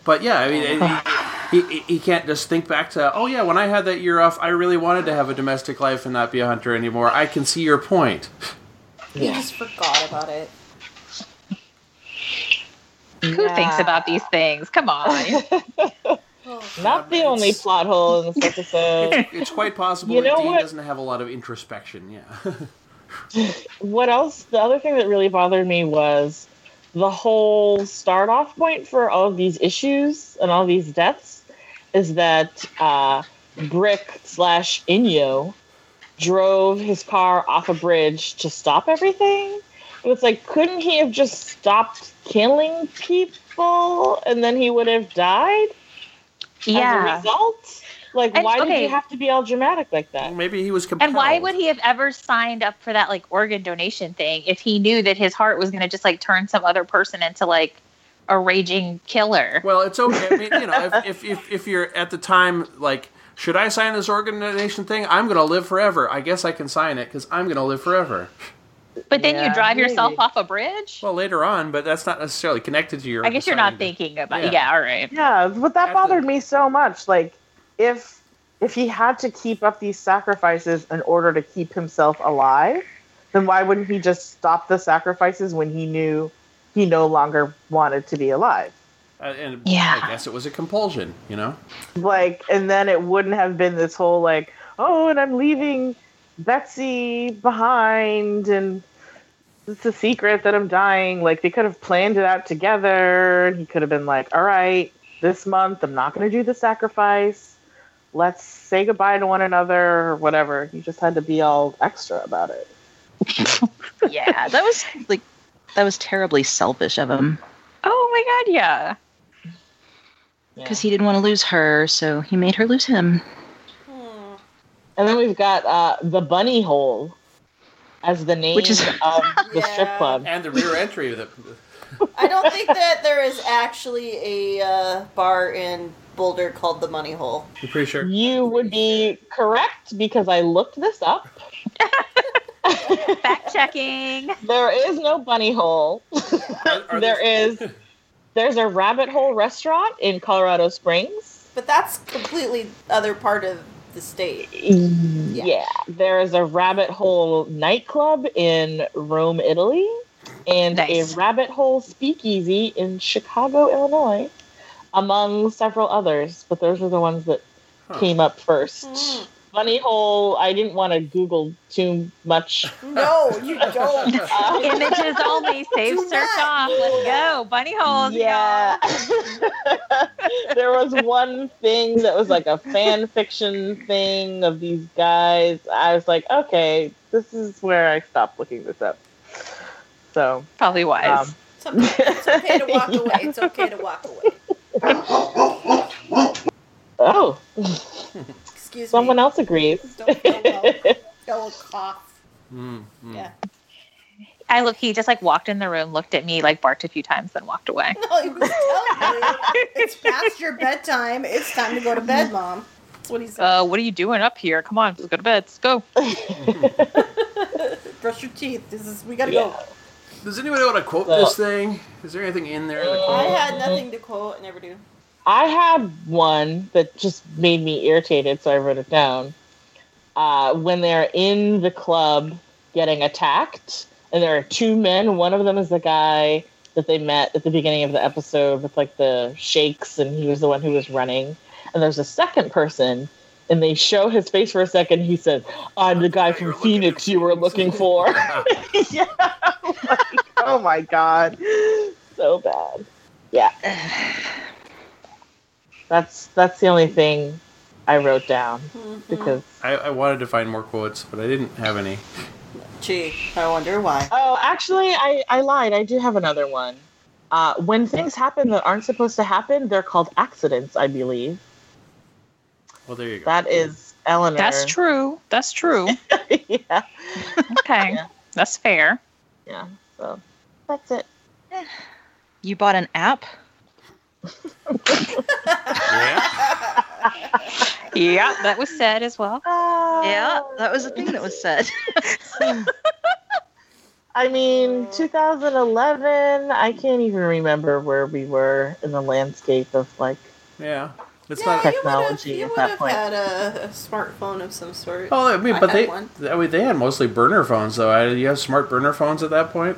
[SPEAKER 1] but yeah, I mean, it- he, he, he can't just think back to, oh yeah, when I had that year off, I really wanted to have a domestic life and not be a hunter anymore. I can see your point.
[SPEAKER 6] He just forgot about it.
[SPEAKER 2] Who thinks about these things? Come on.
[SPEAKER 3] Not the only plot hole in this episode.
[SPEAKER 1] It's quite possible
[SPEAKER 3] You
[SPEAKER 1] that
[SPEAKER 3] know
[SPEAKER 1] Dean
[SPEAKER 3] what?
[SPEAKER 1] doesn't have a lot of introspection. Yeah,
[SPEAKER 3] what else? The other thing that really bothered me was the whole start off point for all of these issues and all these deaths is that uh, Brick slash Inyo drove his car off a bridge to stop everything. It was like, couldn't he have just stopped killing people and then he would have died as a
[SPEAKER 2] yeah.
[SPEAKER 3] result? Like,
[SPEAKER 2] And-
[SPEAKER 3] why did
[SPEAKER 2] okay.
[SPEAKER 3] you have to be all dramatic like that?
[SPEAKER 1] maybe he was compelled.
[SPEAKER 2] And why would he have ever signed up for that like organ donation thing if he knew that his heart was going to just like turn some other person into like a raging killer?
[SPEAKER 1] Well, it's okay. I mean, you know, if, if, if, if you're at the time, like, should I sign this organization thing? I'm going to live forever. I guess I can sign it because I'm going to live forever.
[SPEAKER 2] But then you
[SPEAKER 3] Yeah,
[SPEAKER 2] drive yourself
[SPEAKER 3] maybe.
[SPEAKER 2] off a bridge?
[SPEAKER 1] Well, later on, but that's not necessarily connected to your.
[SPEAKER 2] I guess you're not
[SPEAKER 1] signing.
[SPEAKER 2] thinking about
[SPEAKER 1] Yeah.
[SPEAKER 2] yeah. all right.
[SPEAKER 5] Yeah, but that
[SPEAKER 1] At
[SPEAKER 5] bothered
[SPEAKER 1] the-
[SPEAKER 5] me so much. Like, if if he had to keep up these sacrifices in order to keep himself alive, then why wouldn't he just stop the sacrifices when he knew he no longer wanted to be alive?
[SPEAKER 1] Uh, and
[SPEAKER 2] Yeah.
[SPEAKER 1] I guess it was a compulsion, you know?
[SPEAKER 5] Like, and then it wouldn't have been this whole like, oh, and I'm leaving Betsy behind, and it's a secret that I'm dying. Like, they could have planned it out together. and He could have been like, all right, this month I'm not going to do the sacrifice. Let's say goodbye to one another or whatever. He just had to be all extra about it.
[SPEAKER 7] yeah, that was like that was terribly selfish of him
[SPEAKER 2] Oh my god, yeah.
[SPEAKER 7] because he didn't want to lose her, so he made her lose him.
[SPEAKER 6] Hmm.
[SPEAKER 3] And then we've got uh, the bunny hole as the name
[SPEAKER 7] Which is-
[SPEAKER 3] of the strip
[SPEAKER 6] Yeah.
[SPEAKER 3] club.
[SPEAKER 1] And the rear entry of the.
[SPEAKER 6] I don't think that there is actually a uh, bar in Boulder called the Money Hole.
[SPEAKER 1] I'm pretty sure.
[SPEAKER 3] You would be correct because I looked this up.
[SPEAKER 2] Fact checking.
[SPEAKER 3] There is no bunny hole.
[SPEAKER 1] Are- are
[SPEAKER 3] There
[SPEAKER 1] there-
[SPEAKER 3] is there's a rabbit hole restaurant in Colorado Springs.
[SPEAKER 6] But that's completely other part of the state.
[SPEAKER 3] Yeah. There is a rabbit hole nightclub in Rome, Italy, and
[SPEAKER 2] Nice.
[SPEAKER 3] a rabbit hole speakeasy in Chicago, Illinois, among several others. But those are the ones that
[SPEAKER 1] Huh.
[SPEAKER 3] came up first.
[SPEAKER 6] Mm.
[SPEAKER 3] Bunny hole, I didn't want to Google too much.
[SPEAKER 6] No, you don't.
[SPEAKER 3] Uh,
[SPEAKER 2] Images only. Save
[SPEAKER 6] Do
[SPEAKER 2] search
[SPEAKER 6] not
[SPEAKER 2] off.
[SPEAKER 6] do
[SPEAKER 2] Let's
[SPEAKER 6] that.
[SPEAKER 2] go. Bunny
[SPEAKER 5] Oh,
[SPEAKER 2] holes.
[SPEAKER 3] yeah.
[SPEAKER 2] y'all.
[SPEAKER 3] there was one thing that was like a fan fiction thing of these guys. I was like, okay,
[SPEAKER 5] This is where I stopped looking this up. So,
[SPEAKER 2] Probably
[SPEAKER 5] um,
[SPEAKER 2] wise.
[SPEAKER 6] It's okay. It's okay to walk away. It's okay to walk away.
[SPEAKER 3] oh,
[SPEAKER 6] Excuse
[SPEAKER 3] someone
[SPEAKER 6] me.
[SPEAKER 3] else agrees.
[SPEAKER 6] Don't feel well. Don't cough.
[SPEAKER 1] Mm, mm.
[SPEAKER 6] Yeah.
[SPEAKER 2] I look he just like walked in the room, looked at me, like barked a few times, then walked away.
[SPEAKER 6] No, he was telling you. It's past your bedtime. It's time to go to bed, Mom. That's what he said.
[SPEAKER 2] Uh, what are you doing up here? Come on, let's go to bed. Let's go.
[SPEAKER 6] brush your teeth. This is we gotta
[SPEAKER 3] Yeah.
[SPEAKER 6] go.
[SPEAKER 1] Does anybody want to quote
[SPEAKER 3] Well-
[SPEAKER 1] this thing? Is there anything in there? That
[SPEAKER 6] I
[SPEAKER 1] quote?
[SPEAKER 6] had nothing to quote. I never do.
[SPEAKER 3] I had one that just made me irritated, so I wrote it down. Uh, when they're in the club getting attacked, and there are two men, one of them is the guy that they met at the beginning of the episode with like the shakes, and he was the one who was running. And there's a second person, and they show his face for a second. He said, I'm the guy from Phoenix you were looking for.
[SPEAKER 9] yeah. Like, oh my god.
[SPEAKER 3] so bad. Yeah. That's that's the only thing I wrote down
[SPEAKER 6] Mm-hmm.
[SPEAKER 3] because
[SPEAKER 8] I, I wanted to find more quotes, but I didn't have any.
[SPEAKER 6] Gee, I wonder why.
[SPEAKER 3] oh, actually, I I lied. I do have another one. Uh, when things happen that aren't supposed to happen, they're called accidents, I believe.
[SPEAKER 8] Well, there you go.
[SPEAKER 3] That is Eleanor.
[SPEAKER 5] That's true. That's true.
[SPEAKER 3] yeah.
[SPEAKER 5] Okay.
[SPEAKER 3] Yeah.
[SPEAKER 5] That's fair.
[SPEAKER 3] Yeah. So that's it.
[SPEAKER 7] You bought an app?
[SPEAKER 8] yeah.
[SPEAKER 5] Yeah, that was said as well.
[SPEAKER 3] Ah,
[SPEAKER 7] Yeah, that was the thing that was said.
[SPEAKER 3] I mean, 2011. I can't even remember where we were in the landscape of like.
[SPEAKER 8] Yeah. It's
[SPEAKER 6] yeah,
[SPEAKER 8] not.
[SPEAKER 6] you would've-
[SPEAKER 3] technology
[SPEAKER 6] You
[SPEAKER 3] at
[SPEAKER 6] would
[SPEAKER 3] that
[SPEAKER 6] have
[SPEAKER 3] point.
[SPEAKER 6] had a, a smartphone of some sort.
[SPEAKER 8] Oh, I mean,
[SPEAKER 6] I
[SPEAKER 8] but
[SPEAKER 6] had
[SPEAKER 8] they,
[SPEAKER 6] one.
[SPEAKER 8] I mean, they had mostly burner phones though. I, you have smart burner phones at that point.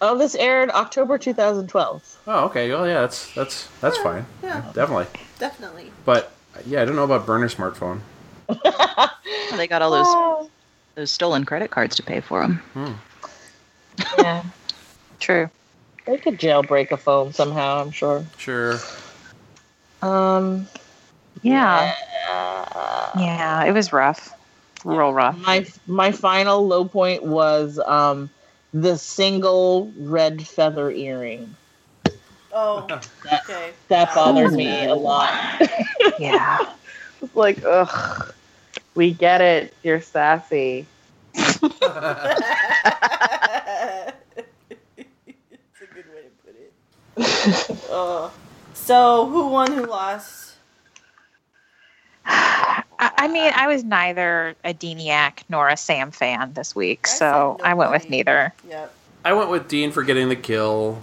[SPEAKER 3] Oh, this aired October 2012.
[SPEAKER 8] Oh, okay. Well, yeah, that's that's that's fine.
[SPEAKER 6] Yeah,
[SPEAKER 8] Definitely.
[SPEAKER 6] definitely.
[SPEAKER 8] But yeah, I don't know about burner smartphone.
[SPEAKER 7] they got all those
[SPEAKER 6] Ah.
[SPEAKER 7] those stolen credit cards to pay for them.
[SPEAKER 3] yeah.
[SPEAKER 5] True.
[SPEAKER 3] They could jailbreak a phone somehow, I'm sure.
[SPEAKER 8] Sure.
[SPEAKER 3] Um,
[SPEAKER 5] Yeah.
[SPEAKER 3] uh,
[SPEAKER 5] Yeah, it was rough. Real rough.
[SPEAKER 3] my my final low point was um, the single red feather earring.
[SPEAKER 6] Oh, okay.
[SPEAKER 3] That bothered me a lot.
[SPEAKER 5] Yeah.
[SPEAKER 9] It's like, ugh. We get it. You're sassy.
[SPEAKER 6] It's a good way to put it. Ugh. so, who won? Who lost?
[SPEAKER 5] I, I mean, I was neither a Deniac nor a Sam fan this week,
[SPEAKER 6] I
[SPEAKER 5] so
[SPEAKER 6] said
[SPEAKER 5] I went with
[SPEAKER 6] nobody.
[SPEAKER 5] neither.
[SPEAKER 6] Yep.
[SPEAKER 8] I went with Dean for getting the kill.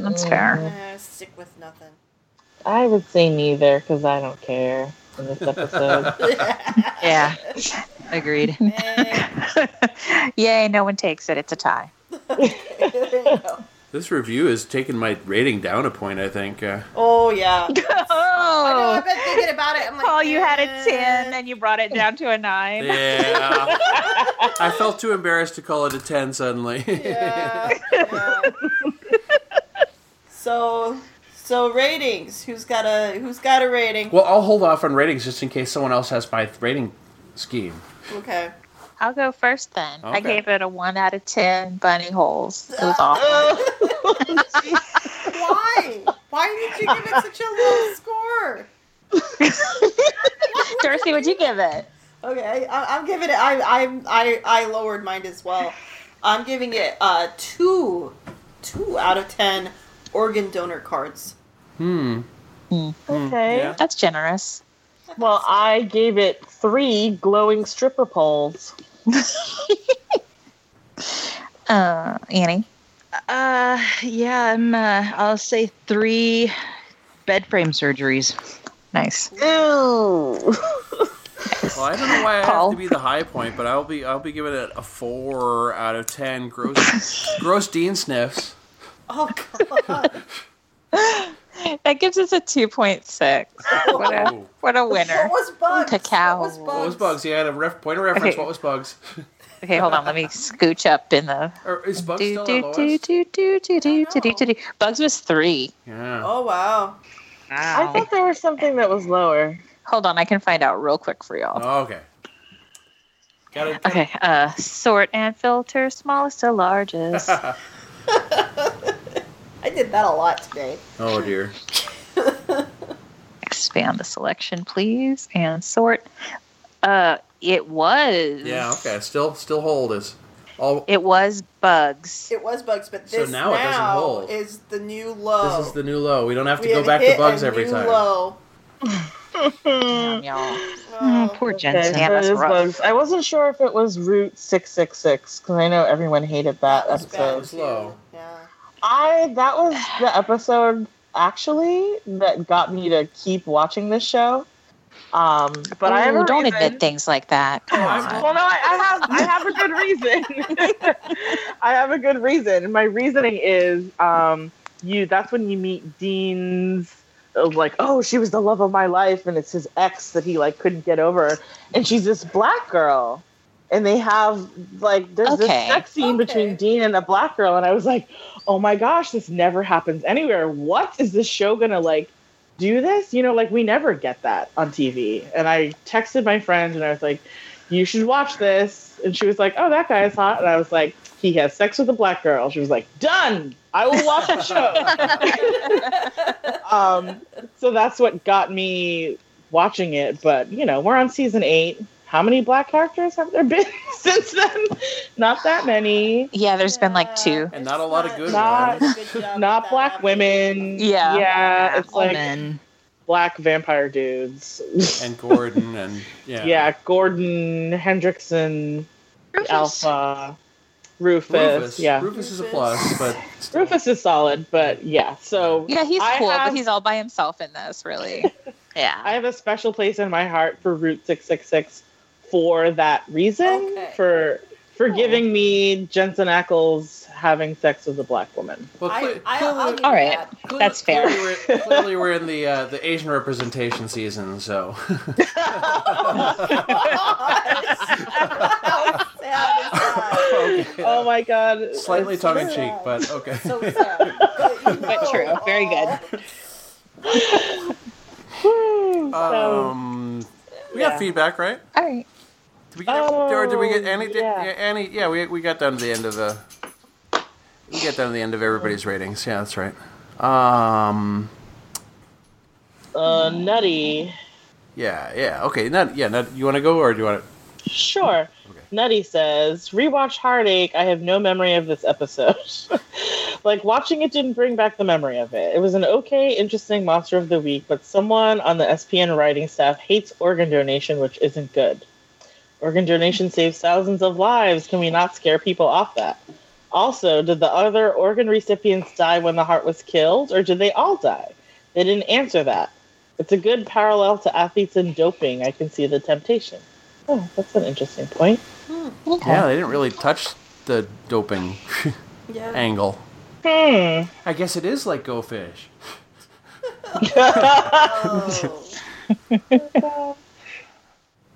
[SPEAKER 5] That's fair.
[SPEAKER 6] Eh, stick with nothing.
[SPEAKER 3] I would say neither because I don't care in this episode.
[SPEAKER 2] Mm.
[SPEAKER 7] Yeah. Agreed.
[SPEAKER 6] Eh,
[SPEAKER 5] Yay, no one takes it. It's a tie.
[SPEAKER 6] there you go.
[SPEAKER 8] This review is taking my rating down a point. I think. Uh,
[SPEAKER 6] Oh yeah. I know.
[SPEAKER 5] Oh,
[SPEAKER 6] I've been thinking about it. I'm like,
[SPEAKER 5] Paul, you had a
[SPEAKER 6] eh.
[SPEAKER 5] 10 and you brought it down to a 9.
[SPEAKER 8] yeah. I felt too embarrassed to call it a ten suddenly.
[SPEAKER 6] Yeah, Uh, yeah. so, so ratings. Who's got a Who's got a rating?
[SPEAKER 8] well, I'll hold off on ratings just in case someone else has my rating scheme.
[SPEAKER 6] Okay.
[SPEAKER 5] I'll go first then. I
[SPEAKER 8] Okay.
[SPEAKER 5] gave it a 1 out of 10 bunny holes. It was awful.
[SPEAKER 6] Why? Why did you give it such a low score?
[SPEAKER 5] Darcy, what'd you give it?
[SPEAKER 6] Okay, I, I'm giving it. I, I I I lowered mine as well. I'm giving it uh two, two out of ten organ donor cards.
[SPEAKER 8] Hmm.
[SPEAKER 3] okay.
[SPEAKER 8] Mm, Yeah.
[SPEAKER 5] That's generous.
[SPEAKER 3] Well, I gave it three glowing stripper poles.
[SPEAKER 5] Uh, Annie?
[SPEAKER 7] Uh, yeah, I'm. Uh, I'll say three bed frame surgeries.
[SPEAKER 5] Nice.
[SPEAKER 3] Ew.
[SPEAKER 8] Well, I don't know why I
[SPEAKER 5] Paul?
[SPEAKER 8] have to be the high point, but I'll be I'll be giving it a four out of ten gross gross Dean sniffs.
[SPEAKER 6] Oh god.
[SPEAKER 5] That gives us a 2.6. What a,
[SPEAKER 8] Oh.
[SPEAKER 5] what a
[SPEAKER 6] What
[SPEAKER 5] winner.
[SPEAKER 6] was bugs?
[SPEAKER 5] Cacao.
[SPEAKER 6] What was bugs?
[SPEAKER 8] What was Bugs? Yeah, had a ref, point of reference.
[SPEAKER 5] Okay.
[SPEAKER 8] What was Bugs?
[SPEAKER 5] Okay, hold on. Let me scooch up in the.
[SPEAKER 8] Or is Bugs
[SPEAKER 5] Do,
[SPEAKER 8] still
[SPEAKER 5] do,
[SPEAKER 8] on
[SPEAKER 5] do,
[SPEAKER 8] lowest?
[SPEAKER 5] do, do, do, do, do, do, do. Bugs was 3.
[SPEAKER 8] Yeah.
[SPEAKER 6] Oh wow.
[SPEAKER 3] I thought there was something that was lower.
[SPEAKER 5] Hold on. I can find out real quick for y'all.
[SPEAKER 8] Oh, okay. Got it.
[SPEAKER 5] Okay, uh, sort and filter smallest to largest.
[SPEAKER 6] I did that a lot today.
[SPEAKER 8] Oh dear.
[SPEAKER 5] Expand the selection, please, and sort. Uh, it was.
[SPEAKER 8] Yeah. Okay. Still, still hold is. All
[SPEAKER 5] It was bugs.
[SPEAKER 6] It was bugs, but
[SPEAKER 8] So
[SPEAKER 6] this
[SPEAKER 8] now it doesn't hold.
[SPEAKER 6] is the new low.
[SPEAKER 8] this is the new low. We don't have to
[SPEAKER 6] We
[SPEAKER 8] go
[SPEAKER 6] have
[SPEAKER 8] back to
[SPEAKER 6] hit
[SPEAKER 8] Bugs
[SPEAKER 6] a
[SPEAKER 8] every
[SPEAKER 6] new
[SPEAKER 8] time.
[SPEAKER 6] Low.
[SPEAKER 5] Hmm.
[SPEAKER 1] Mm,
[SPEAKER 5] Damn, y'all.
[SPEAKER 7] Oh, poor
[SPEAKER 3] Okay,
[SPEAKER 7] Jensen.
[SPEAKER 5] Yeah,
[SPEAKER 3] so it
[SPEAKER 5] that's
[SPEAKER 3] is
[SPEAKER 5] rough.
[SPEAKER 3] bugs. I wasn't sure if it was Route 666 because I know everyone hated that,
[SPEAKER 6] was bad,
[SPEAKER 3] episode.
[SPEAKER 1] was low.
[SPEAKER 6] too. Yeah.
[SPEAKER 3] I that was the episode actually that got me to keep watching this show. Um, but I have
[SPEAKER 5] Ooh,
[SPEAKER 3] a
[SPEAKER 5] don't
[SPEAKER 3] reason.
[SPEAKER 5] admit things like that.
[SPEAKER 8] Oh,
[SPEAKER 5] Come on.
[SPEAKER 3] Well, no, I, I have I have a good reason. I have a good reason. My reasoning is um, you. That's when you meet Dean's uh, like, oh, she was the love of my life, and it's his ex that he like couldn't get over, and she's this black girl, and they have like there's this
[SPEAKER 5] Okay.
[SPEAKER 3] sex scene
[SPEAKER 6] Okay.
[SPEAKER 3] between Dean and the black girl, and I was like, oh my gosh, this never happens anywhere. What is this show gonna like? do this? You know, like we never get that on TV. And I texted my friend and I was like, you should watch this. And she was like, oh, that guy is hot. And I was like, he has sex with a black girl. She was like, done. I will watch that show. um, so that's what got me watching it. But, you know, we're on season eight. How many black characters have there been since then? Not that many.
[SPEAKER 5] Yeah, there's been like two.
[SPEAKER 1] And not a lot of good
[SPEAKER 3] Not-
[SPEAKER 1] ones.
[SPEAKER 3] Not black women.
[SPEAKER 5] Yeah.
[SPEAKER 3] Yeah. It's
[SPEAKER 7] All
[SPEAKER 3] like
[SPEAKER 7] men.
[SPEAKER 3] black vampire dudes.
[SPEAKER 1] And Gordon and yeah.
[SPEAKER 3] Yeah, Gordon Hendrickson,
[SPEAKER 7] Rufus.
[SPEAKER 3] Alpha, Rufus.
[SPEAKER 1] Rufus.
[SPEAKER 3] Yeah,
[SPEAKER 1] Rufus is a plus, but still.
[SPEAKER 3] Rufus is solid, but yeah. So
[SPEAKER 5] Yeah, he's
[SPEAKER 3] I
[SPEAKER 5] cool,
[SPEAKER 3] have-
[SPEAKER 5] but he's all by himself in this, really.
[SPEAKER 7] Yeah.
[SPEAKER 3] I have a special place in my heart for Route Six Six Six for that reason
[SPEAKER 6] Okay.
[SPEAKER 3] for for giving me Jensen Ackles having sex with a black woman.
[SPEAKER 1] Well,
[SPEAKER 6] I,
[SPEAKER 1] cle-
[SPEAKER 6] I,
[SPEAKER 1] clearly-
[SPEAKER 6] I'll give
[SPEAKER 5] All
[SPEAKER 6] you
[SPEAKER 5] right.
[SPEAKER 6] that.
[SPEAKER 1] clearly-
[SPEAKER 5] that's fair.
[SPEAKER 1] Clearly we're, clearly we're in the uh, the Asian representation season, so
[SPEAKER 6] How sad is that?
[SPEAKER 3] Oh my god!
[SPEAKER 1] slightly
[SPEAKER 3] It's-
[SPEAKER 1] tongue in cheek, but okay.
[SPEAKER 6] So sad. But, you
[SPEAKER 5] But
[SPEAKER 6] know,
[SPEAKER 5] true. Very
[SPEAKER 6] aw.
[SPEAKER 3] Woo, so-
[SPEAKER 1] Um, we
[SPEAKER 3] Yeah.
[SPEAKER 1] got feedback, right?
[SPEAKER 5] All right.
[SPEAKER 1] Did
[SPEAKER 5] Um,
[SPEAKER 1] we get, or did we get
[SPEAKER 3] Oh,
[SPEAKER 1] Annie? Did,
[SPEAKER 3] yeah.
[SPEAKER 1] yeah, Annie. Yeah, we we got down to the end of the. We get down to the end of everybody's ratings. Yeah, that's right. Um.
[SPEAKER 3] uh, nutty.
[SPEAKER 1] Yeah. Yeah. Okay. Not. Yeah. Not. You want to go or do you want to?
[SPEAKER 3] Sure. Nutty says, rewatch Heartache. I have no memory of this episode. like, watching it didn't bring back the memory of it. It was an okay, interesting monster of the week, but someone on the SPN writing staff hates organ donation, which isn't good. Organ donation saves thousands of lives. Can we not scare people off that? Also, did the other organ recipients die when the heart was killed, or did they all die? They didn't answer that. It's a good parallel to athletes and doping. I can see the temptation. Oh, that's an interesting point.
[SPEAKER 5] Hmm.
[SPEAKER 1] Yeah. They didn't really touch the doping
[SPEAKER 6] Yeah.
[SPEAKER 1] angle.
[SPEAKER 3] Hmm.
[SPEAKER 1] I guess it is like Go Fish.
[SPEAKER 6] Oh.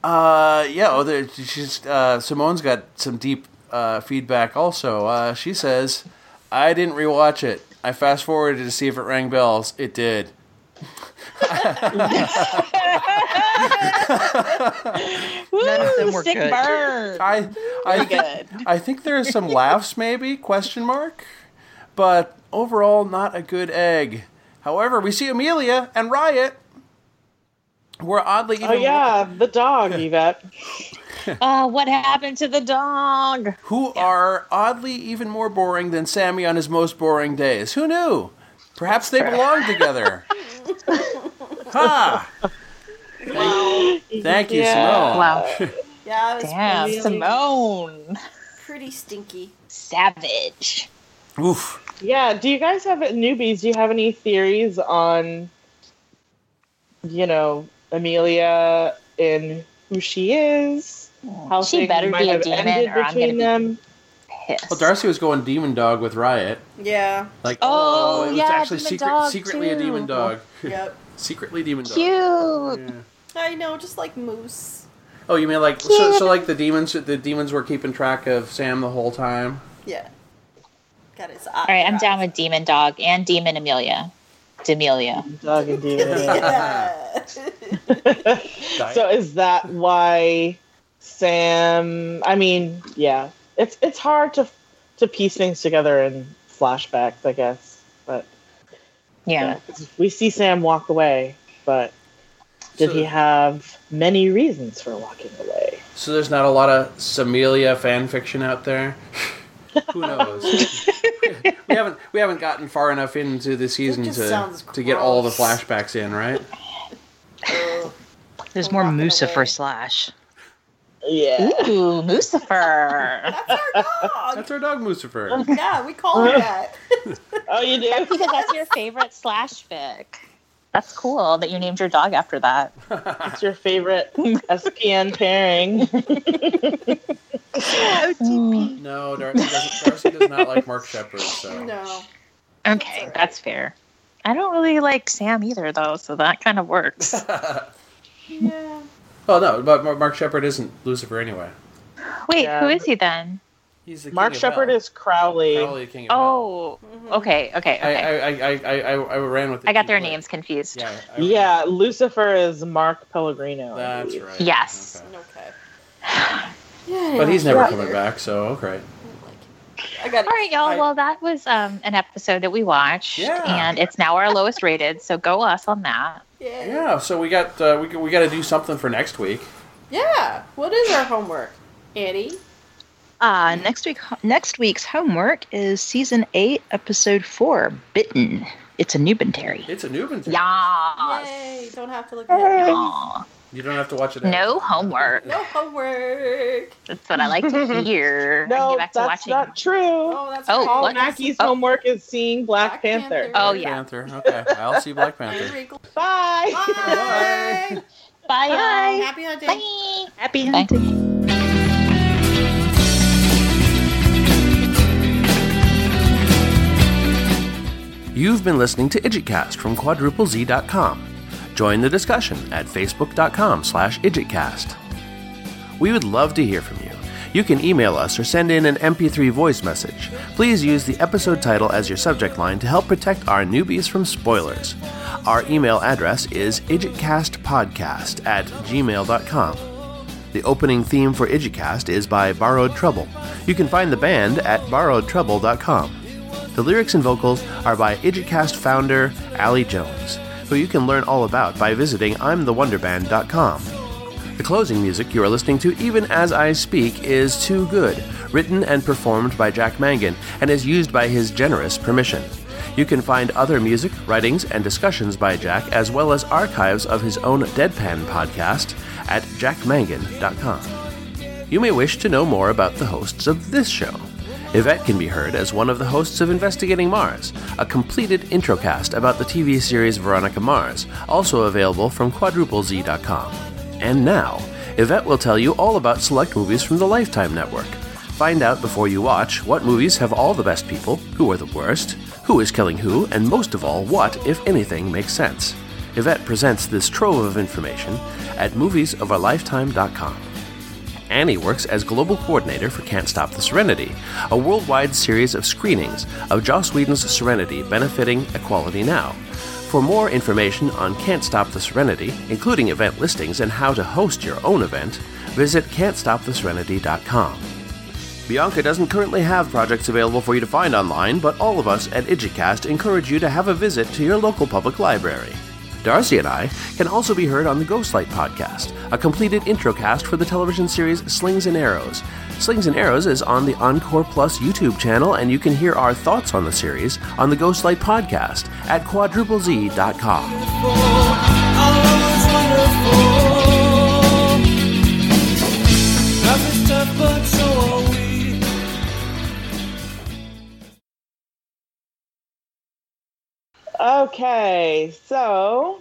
[SPEAKER 1] Uh, yeah. Oh, there, she's uh, Simone's got some deep uh, feedback. Also, uh, she says, "I didn't rewatch it. I fast forwarded to see if it rang bells. It did.
[SPEAKER 7] None of them were
[SPEAKER 5] sick
[SPEAKER 7] good.
[SPEAKER 5] burn.
[SPEAKER 1] I, I, thi-
[SPEAKER 5] Good.
[SPEAKER 1] I think there are some laughs, maybe question mark, but overall not a good egg. However, we see Amelia and Riot. Were oddly even
[SPEAKER 3] Oh yeah, the dog, Yvette.
[SPEAKER 5] Oh, what happened to the dog?
[SPEAKER 1] who are oddly even more boring than Sammy on his most boring days. Who knew? Perhaps they belong together. ha! Thank you,
[SPEAKER 3] Yeah.
[SPEAKER 1] Simone.
[SPEAKER 5] Wow.
[SPEAKER 6] Yeah, it was
[SPEAKER 5] Damn,
[SPEAKER 6] pretty,
[SPEAKER 5] Simone.
[SPEAKER 6] pretty stinky.
[SPEAKER 5] Savage.
[SPEAKER 1] Oof.
[SPEAKER 3] Yeah. Do you guys have newbies? Do you have any theories on, you know, Amelia and who she is? How
[SPEAKER 5] Hmm. She
[SPEAKER 3] things
[SPEAKER 5] better
[SPEAKER 3] might
[SPEAKER 5] be a
[SPEAKER 3] have
[SPEAKER 5] demon
[SPEAKER 3] ended
[SPEAKER 5] or I'm
[SPEAKER 3] between
[SPEAKER 5] gonna
[SPEAKER 3] them.
[SPEAKER 5] Piss.
[SPEAKER 1] Well, Darcy was going demon dog with Riot.
[SPEAKER 6] Yeah.
[SPEAKER 1] Like,
[SPEAKER 5] Oh,
[SPEAKER 1] it was
[SPEAKER 5] yeah,
[SPEAKER 1] actually
[SPEAKER 5] demon
[SPEAKER 1] secret,
[SPEAKER 5] dog,
[SPEAKER 1] secretly a
[SPEAKER 5] too.
[SPEAKER 1] demon dog.
[SPEAKER 6] Yep.
[SPEAKER 1] secretly demon dog.
[SPEAKER 5] Cute.
[SPEAKER 1] Yeah.
[SPEAKER 6] I know, just like moose.
[SPEAKER 1] Oh, you mean like so, so? Like the demons, the demons were keeping track of Sam the whole time.
[SPEAKER 6] Yeah. Got his eye.
[SPEAKER 5] All right, I'm down with Demon Dog and Demon Amelia. Demelia.
[SPEAKER 3] Dog and demon. yeah.
[SPEAKER 6] ah,
[SPEAKER 8] Ah.
[SPEAKER 6] Yeah.
[SPEAKER 3] so is that why Sam? I mean, yeah, it's it's hard to to piece things together in flashbacks, I guess. But
[SPEAKER 5] Yeah.
[SPEAKER 3] we see Sam walk away, but did
[SPEAKER 1] So-
[SPEAKER 3] he have many reasons for walking away?
[SPEAKER 1] So there's not a lot of Samelia fan fiction out there. Who knows? we haven't we haven't gotten far enough into the season
[SPEAKER 6] just
[SPEAKER 1] to
[SPEAKER 6] sounds
[SPEAKER 1] to get all the
[SPEAKER 6] gross.
[SPEAKER 1] flashbacks in, right?
[SPEAKER 7] There's more
[SPEAKER 6] walking
[SPEAKER 7] Mucifer
[SPEAKER 6] away.
[SPEAKER 7] Slash.
[SPEAKER 10] Yeah.
[SPEAKER 5] Ooh, Lucifer.
[SPEAKER 6] That's our dog.
[SPEAKER 8] That's our dog, Lucifer.
[SPEAKER 6] yeah, we call him that.
[SPEAKER 10] Oh, you do?
[SPEAKER 5] That's because that's your favorite slash fic. That's cool that you named your dog after that.
[SPEAKER 10] It's your favorite SPN pairing.
[SPEAKER 7] OTP.
[SPEAKER 8] No, Dar- doesn't- Darcy does not like Mark Shepard, so
[SPEAKER 6] No.
[SPEAKER 5] Okay,
[SPEAKER 6] alright.
[SPEAKER 5] that's fair. I don't really like Sam either, though, so that kind of works.
[SPEAKER 6] Yeah.
[SPEAKER 8] well, no, but Mar- Mark Shepard isn't Lucifer anyway.
[SPEAKER 5] Wait,
[SPEAKER 10] Yeah.
[SPEAKER 5] who is he then?
[SPEAKER 8] He's the
[SPEAKER 10] Mark
[SPEAKER 8] king of
[SPEAKER 10] Shepard
[SPEAKER 8] hell.
[SPEAKER 10] is Crowley.
[SPEAKER 8] Probably the king of hell.
[SPEAKER 5] Oh,
[SPEAKER 6] Mhm.
[SPEAKER 5] okay, okay,
[SPEAKER 8] I,
[SPEAKER 5] okay. I,
[SPEAKER 8] I, I, I, I, I ran with. it
[SPEAKER 5] Oh, got their
[SPEAKER 8] too quick.
[SPEAKER 5] names confused.
[SPEAKER 8] Yeah. I-
[SPEAKER 10] Yeah, Lucifer is Mark Pellegrino. I
[SPEAKER 8] That's
[SPEAKER 10] believe.
[SPEAKER 8] right.
[SPEAKER 5] Yes.
[SPEAKER 8] Okay.
[SPEAKER 6] Okay.
[SPEAKER 8] But he's never
[SPEAKER 6] Yeah.
[SPEAKER 8] coming back, so okay.
[SPEAKER 6] I got
[SPEAKER 5] All right, y'all.
[SPEAKER 8] I-
[SPEAKER 5] well, that was um, an episode that we watched,
[SPEAKER 8] Yeah.
[SPEAKER 5] and it's now our lowest rated. So go us on that.
[SPEAKER 6] Yeah.
[SPEAKER 8] Yeah. So we got uh, we we got to do something for next week.
[SPEAKER 6] Yeah. What is our homework, Annie?
[SPEAKER 7] Uh, next week, next week's homework is season eight, episode four, "Bitten." It's a nubentary.
[SPEAKER 8] It's a Nubin. thing.
[SPEAKER 6] Yay!
[SPEAKER 5] Yas.
[SPEAKER 6] Don't have to look at it.
[SPEAKER 5] Aw.
[SPEAKER 8] You don't have to watch it.
[SPEAKER 5] No homework.
[SPEAKER 6] No homework.
[SPEAKER 5] That's what I like to hear. I
[SPEAKER 10] No,
[SPEAKER 5] get back to
[SPEAKER 10] that's
[SPEAKER 5] watching.
[SPEAKER 10] not true.
[SPEAKER 6] Oh, that's
[SPEAKER 5] Oh,
[SPEAKER 6] right.
[SPEAKER 10] Paul
[SPEAKER 5] what?
[SPEAKER 10] Mackey's
[SPEAKER 5] Oh.
[SPEAKER 10] homework is seeing Black
[SPEAKER 6] Black
[SPEAKER 10] Panther.
[SPEAKER 6] Panther.
[SPEAKER 5] Oh,
[SPEAKER 8] Black
[SPEAKER 5] yeah.
[SPEAKER 8] Panther. Okay. I'll see Black
[SPEAKER 6] Hey,
[SPEAKER 8] Panther.
[SPEAKER 6] Wrinkle.
[SPEAKER 10] Bye.
[SPEAKER 6] Bye.
[SPEAKER 5] Bye. Bye.
[SPEAKER 6] Happy hunting.
[SPEAKER 5] Bye.
[SPEAKER 7] Happy
[SPEAKER 5] Bye.
[SPEAKER 7] hunting.
[SPEAKER 1] You've been listening to IdgitCast from quadruplez.com. Join the discussion at facebook.com slash idgitcast. We would love to hear from you. You can email us or send in an MP3 voice message. Please use the episode title as your subject line to help protect our newbies from spoilers. Our email address is idgitcastpodcast at gmail.com. The opening theme for IdgitCast is by Borrowed Trouble. You can find the band at borrowedtrouble.com. The lyrics and vocals are by IdgitCast founder Ali Jones, who you can learn all about by visiting I'mTheWonderBand.com. The closing music you are listening to, even as I speak, is Too Good, written and performed by Jack Mangan and is used by his generous permission. You can find other music, writings, and discussions by Jack, as well as archives of his own Deadpan podcast at jackmangan.com. You may wish to know more about the hosts of this show. Yvette can be heard as one of the hosts of Investigating Mars, a completed introcast about the TV series Veronica Mars, also available from quadruplez.com. And now, Yvette will tell you all about select movies from the Lifetime Network. Find out before you watch what movies have all the best people, who are the worst, who is killing who, and most of all, what, if anything, makes sense. Yvette presents this trove of information at moviesofourlifetime.com. Annie works as global coordinator for Can't Stop the Serenity, a worldwide series of screenings of Joss Whedon's Serenity benefiting Equality Now. For more information on Can't Stop the Serenity, including event listings and how to host your own event, visit can'tstoptheserenity.com. Bianca doesn't currently have projects available for you to find online, but all of us at IdgiCast encourage you to have a visit to your local public library. Darcy and I can also be heard on the Ghostlight podcast, a completed introcast for the television series Slings and Arrows. Slings and Arrows is on the Encore Plus YouTube channel, and you can hear our thoughts on the series on the Ghostlight podcast at quadruplez.com.
[SPEAKER 4] Life is tough, but so are we.
[SPEAKER 10] Okay, so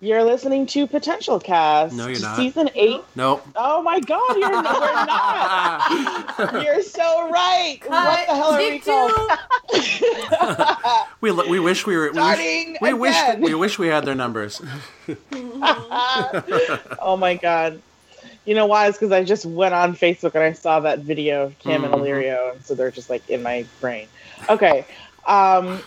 [SPEAKER 10] you're listening to Potential Cast.
[SPEAKER 8] No, you're not.
[SPEAKER 10] Season eight.
[SPEAKER 8] Nope.
[SPEAKER 10] Oh my God, you're no, we're not. You're so right. what the hell are we
[SPEAKER 6] Take two.
[SPEAKER 10] called?
[SPEAKER 8] we lo- we wish we were. We wish,
[SPEAKER 10] Starting
[SPEAKER 8] we wish
[SPEAKER 10] again.
[SPEAKER 8] we wish we had their numbers.
[SPEAKER 10] oh my God. You know why? It's because I just went on Facebook and I saw that video of Cam and
[SPEAKER 8] Mhm.
[SPEAKER 10] Illyrio, and so they're just like in my brain. Okay. Um,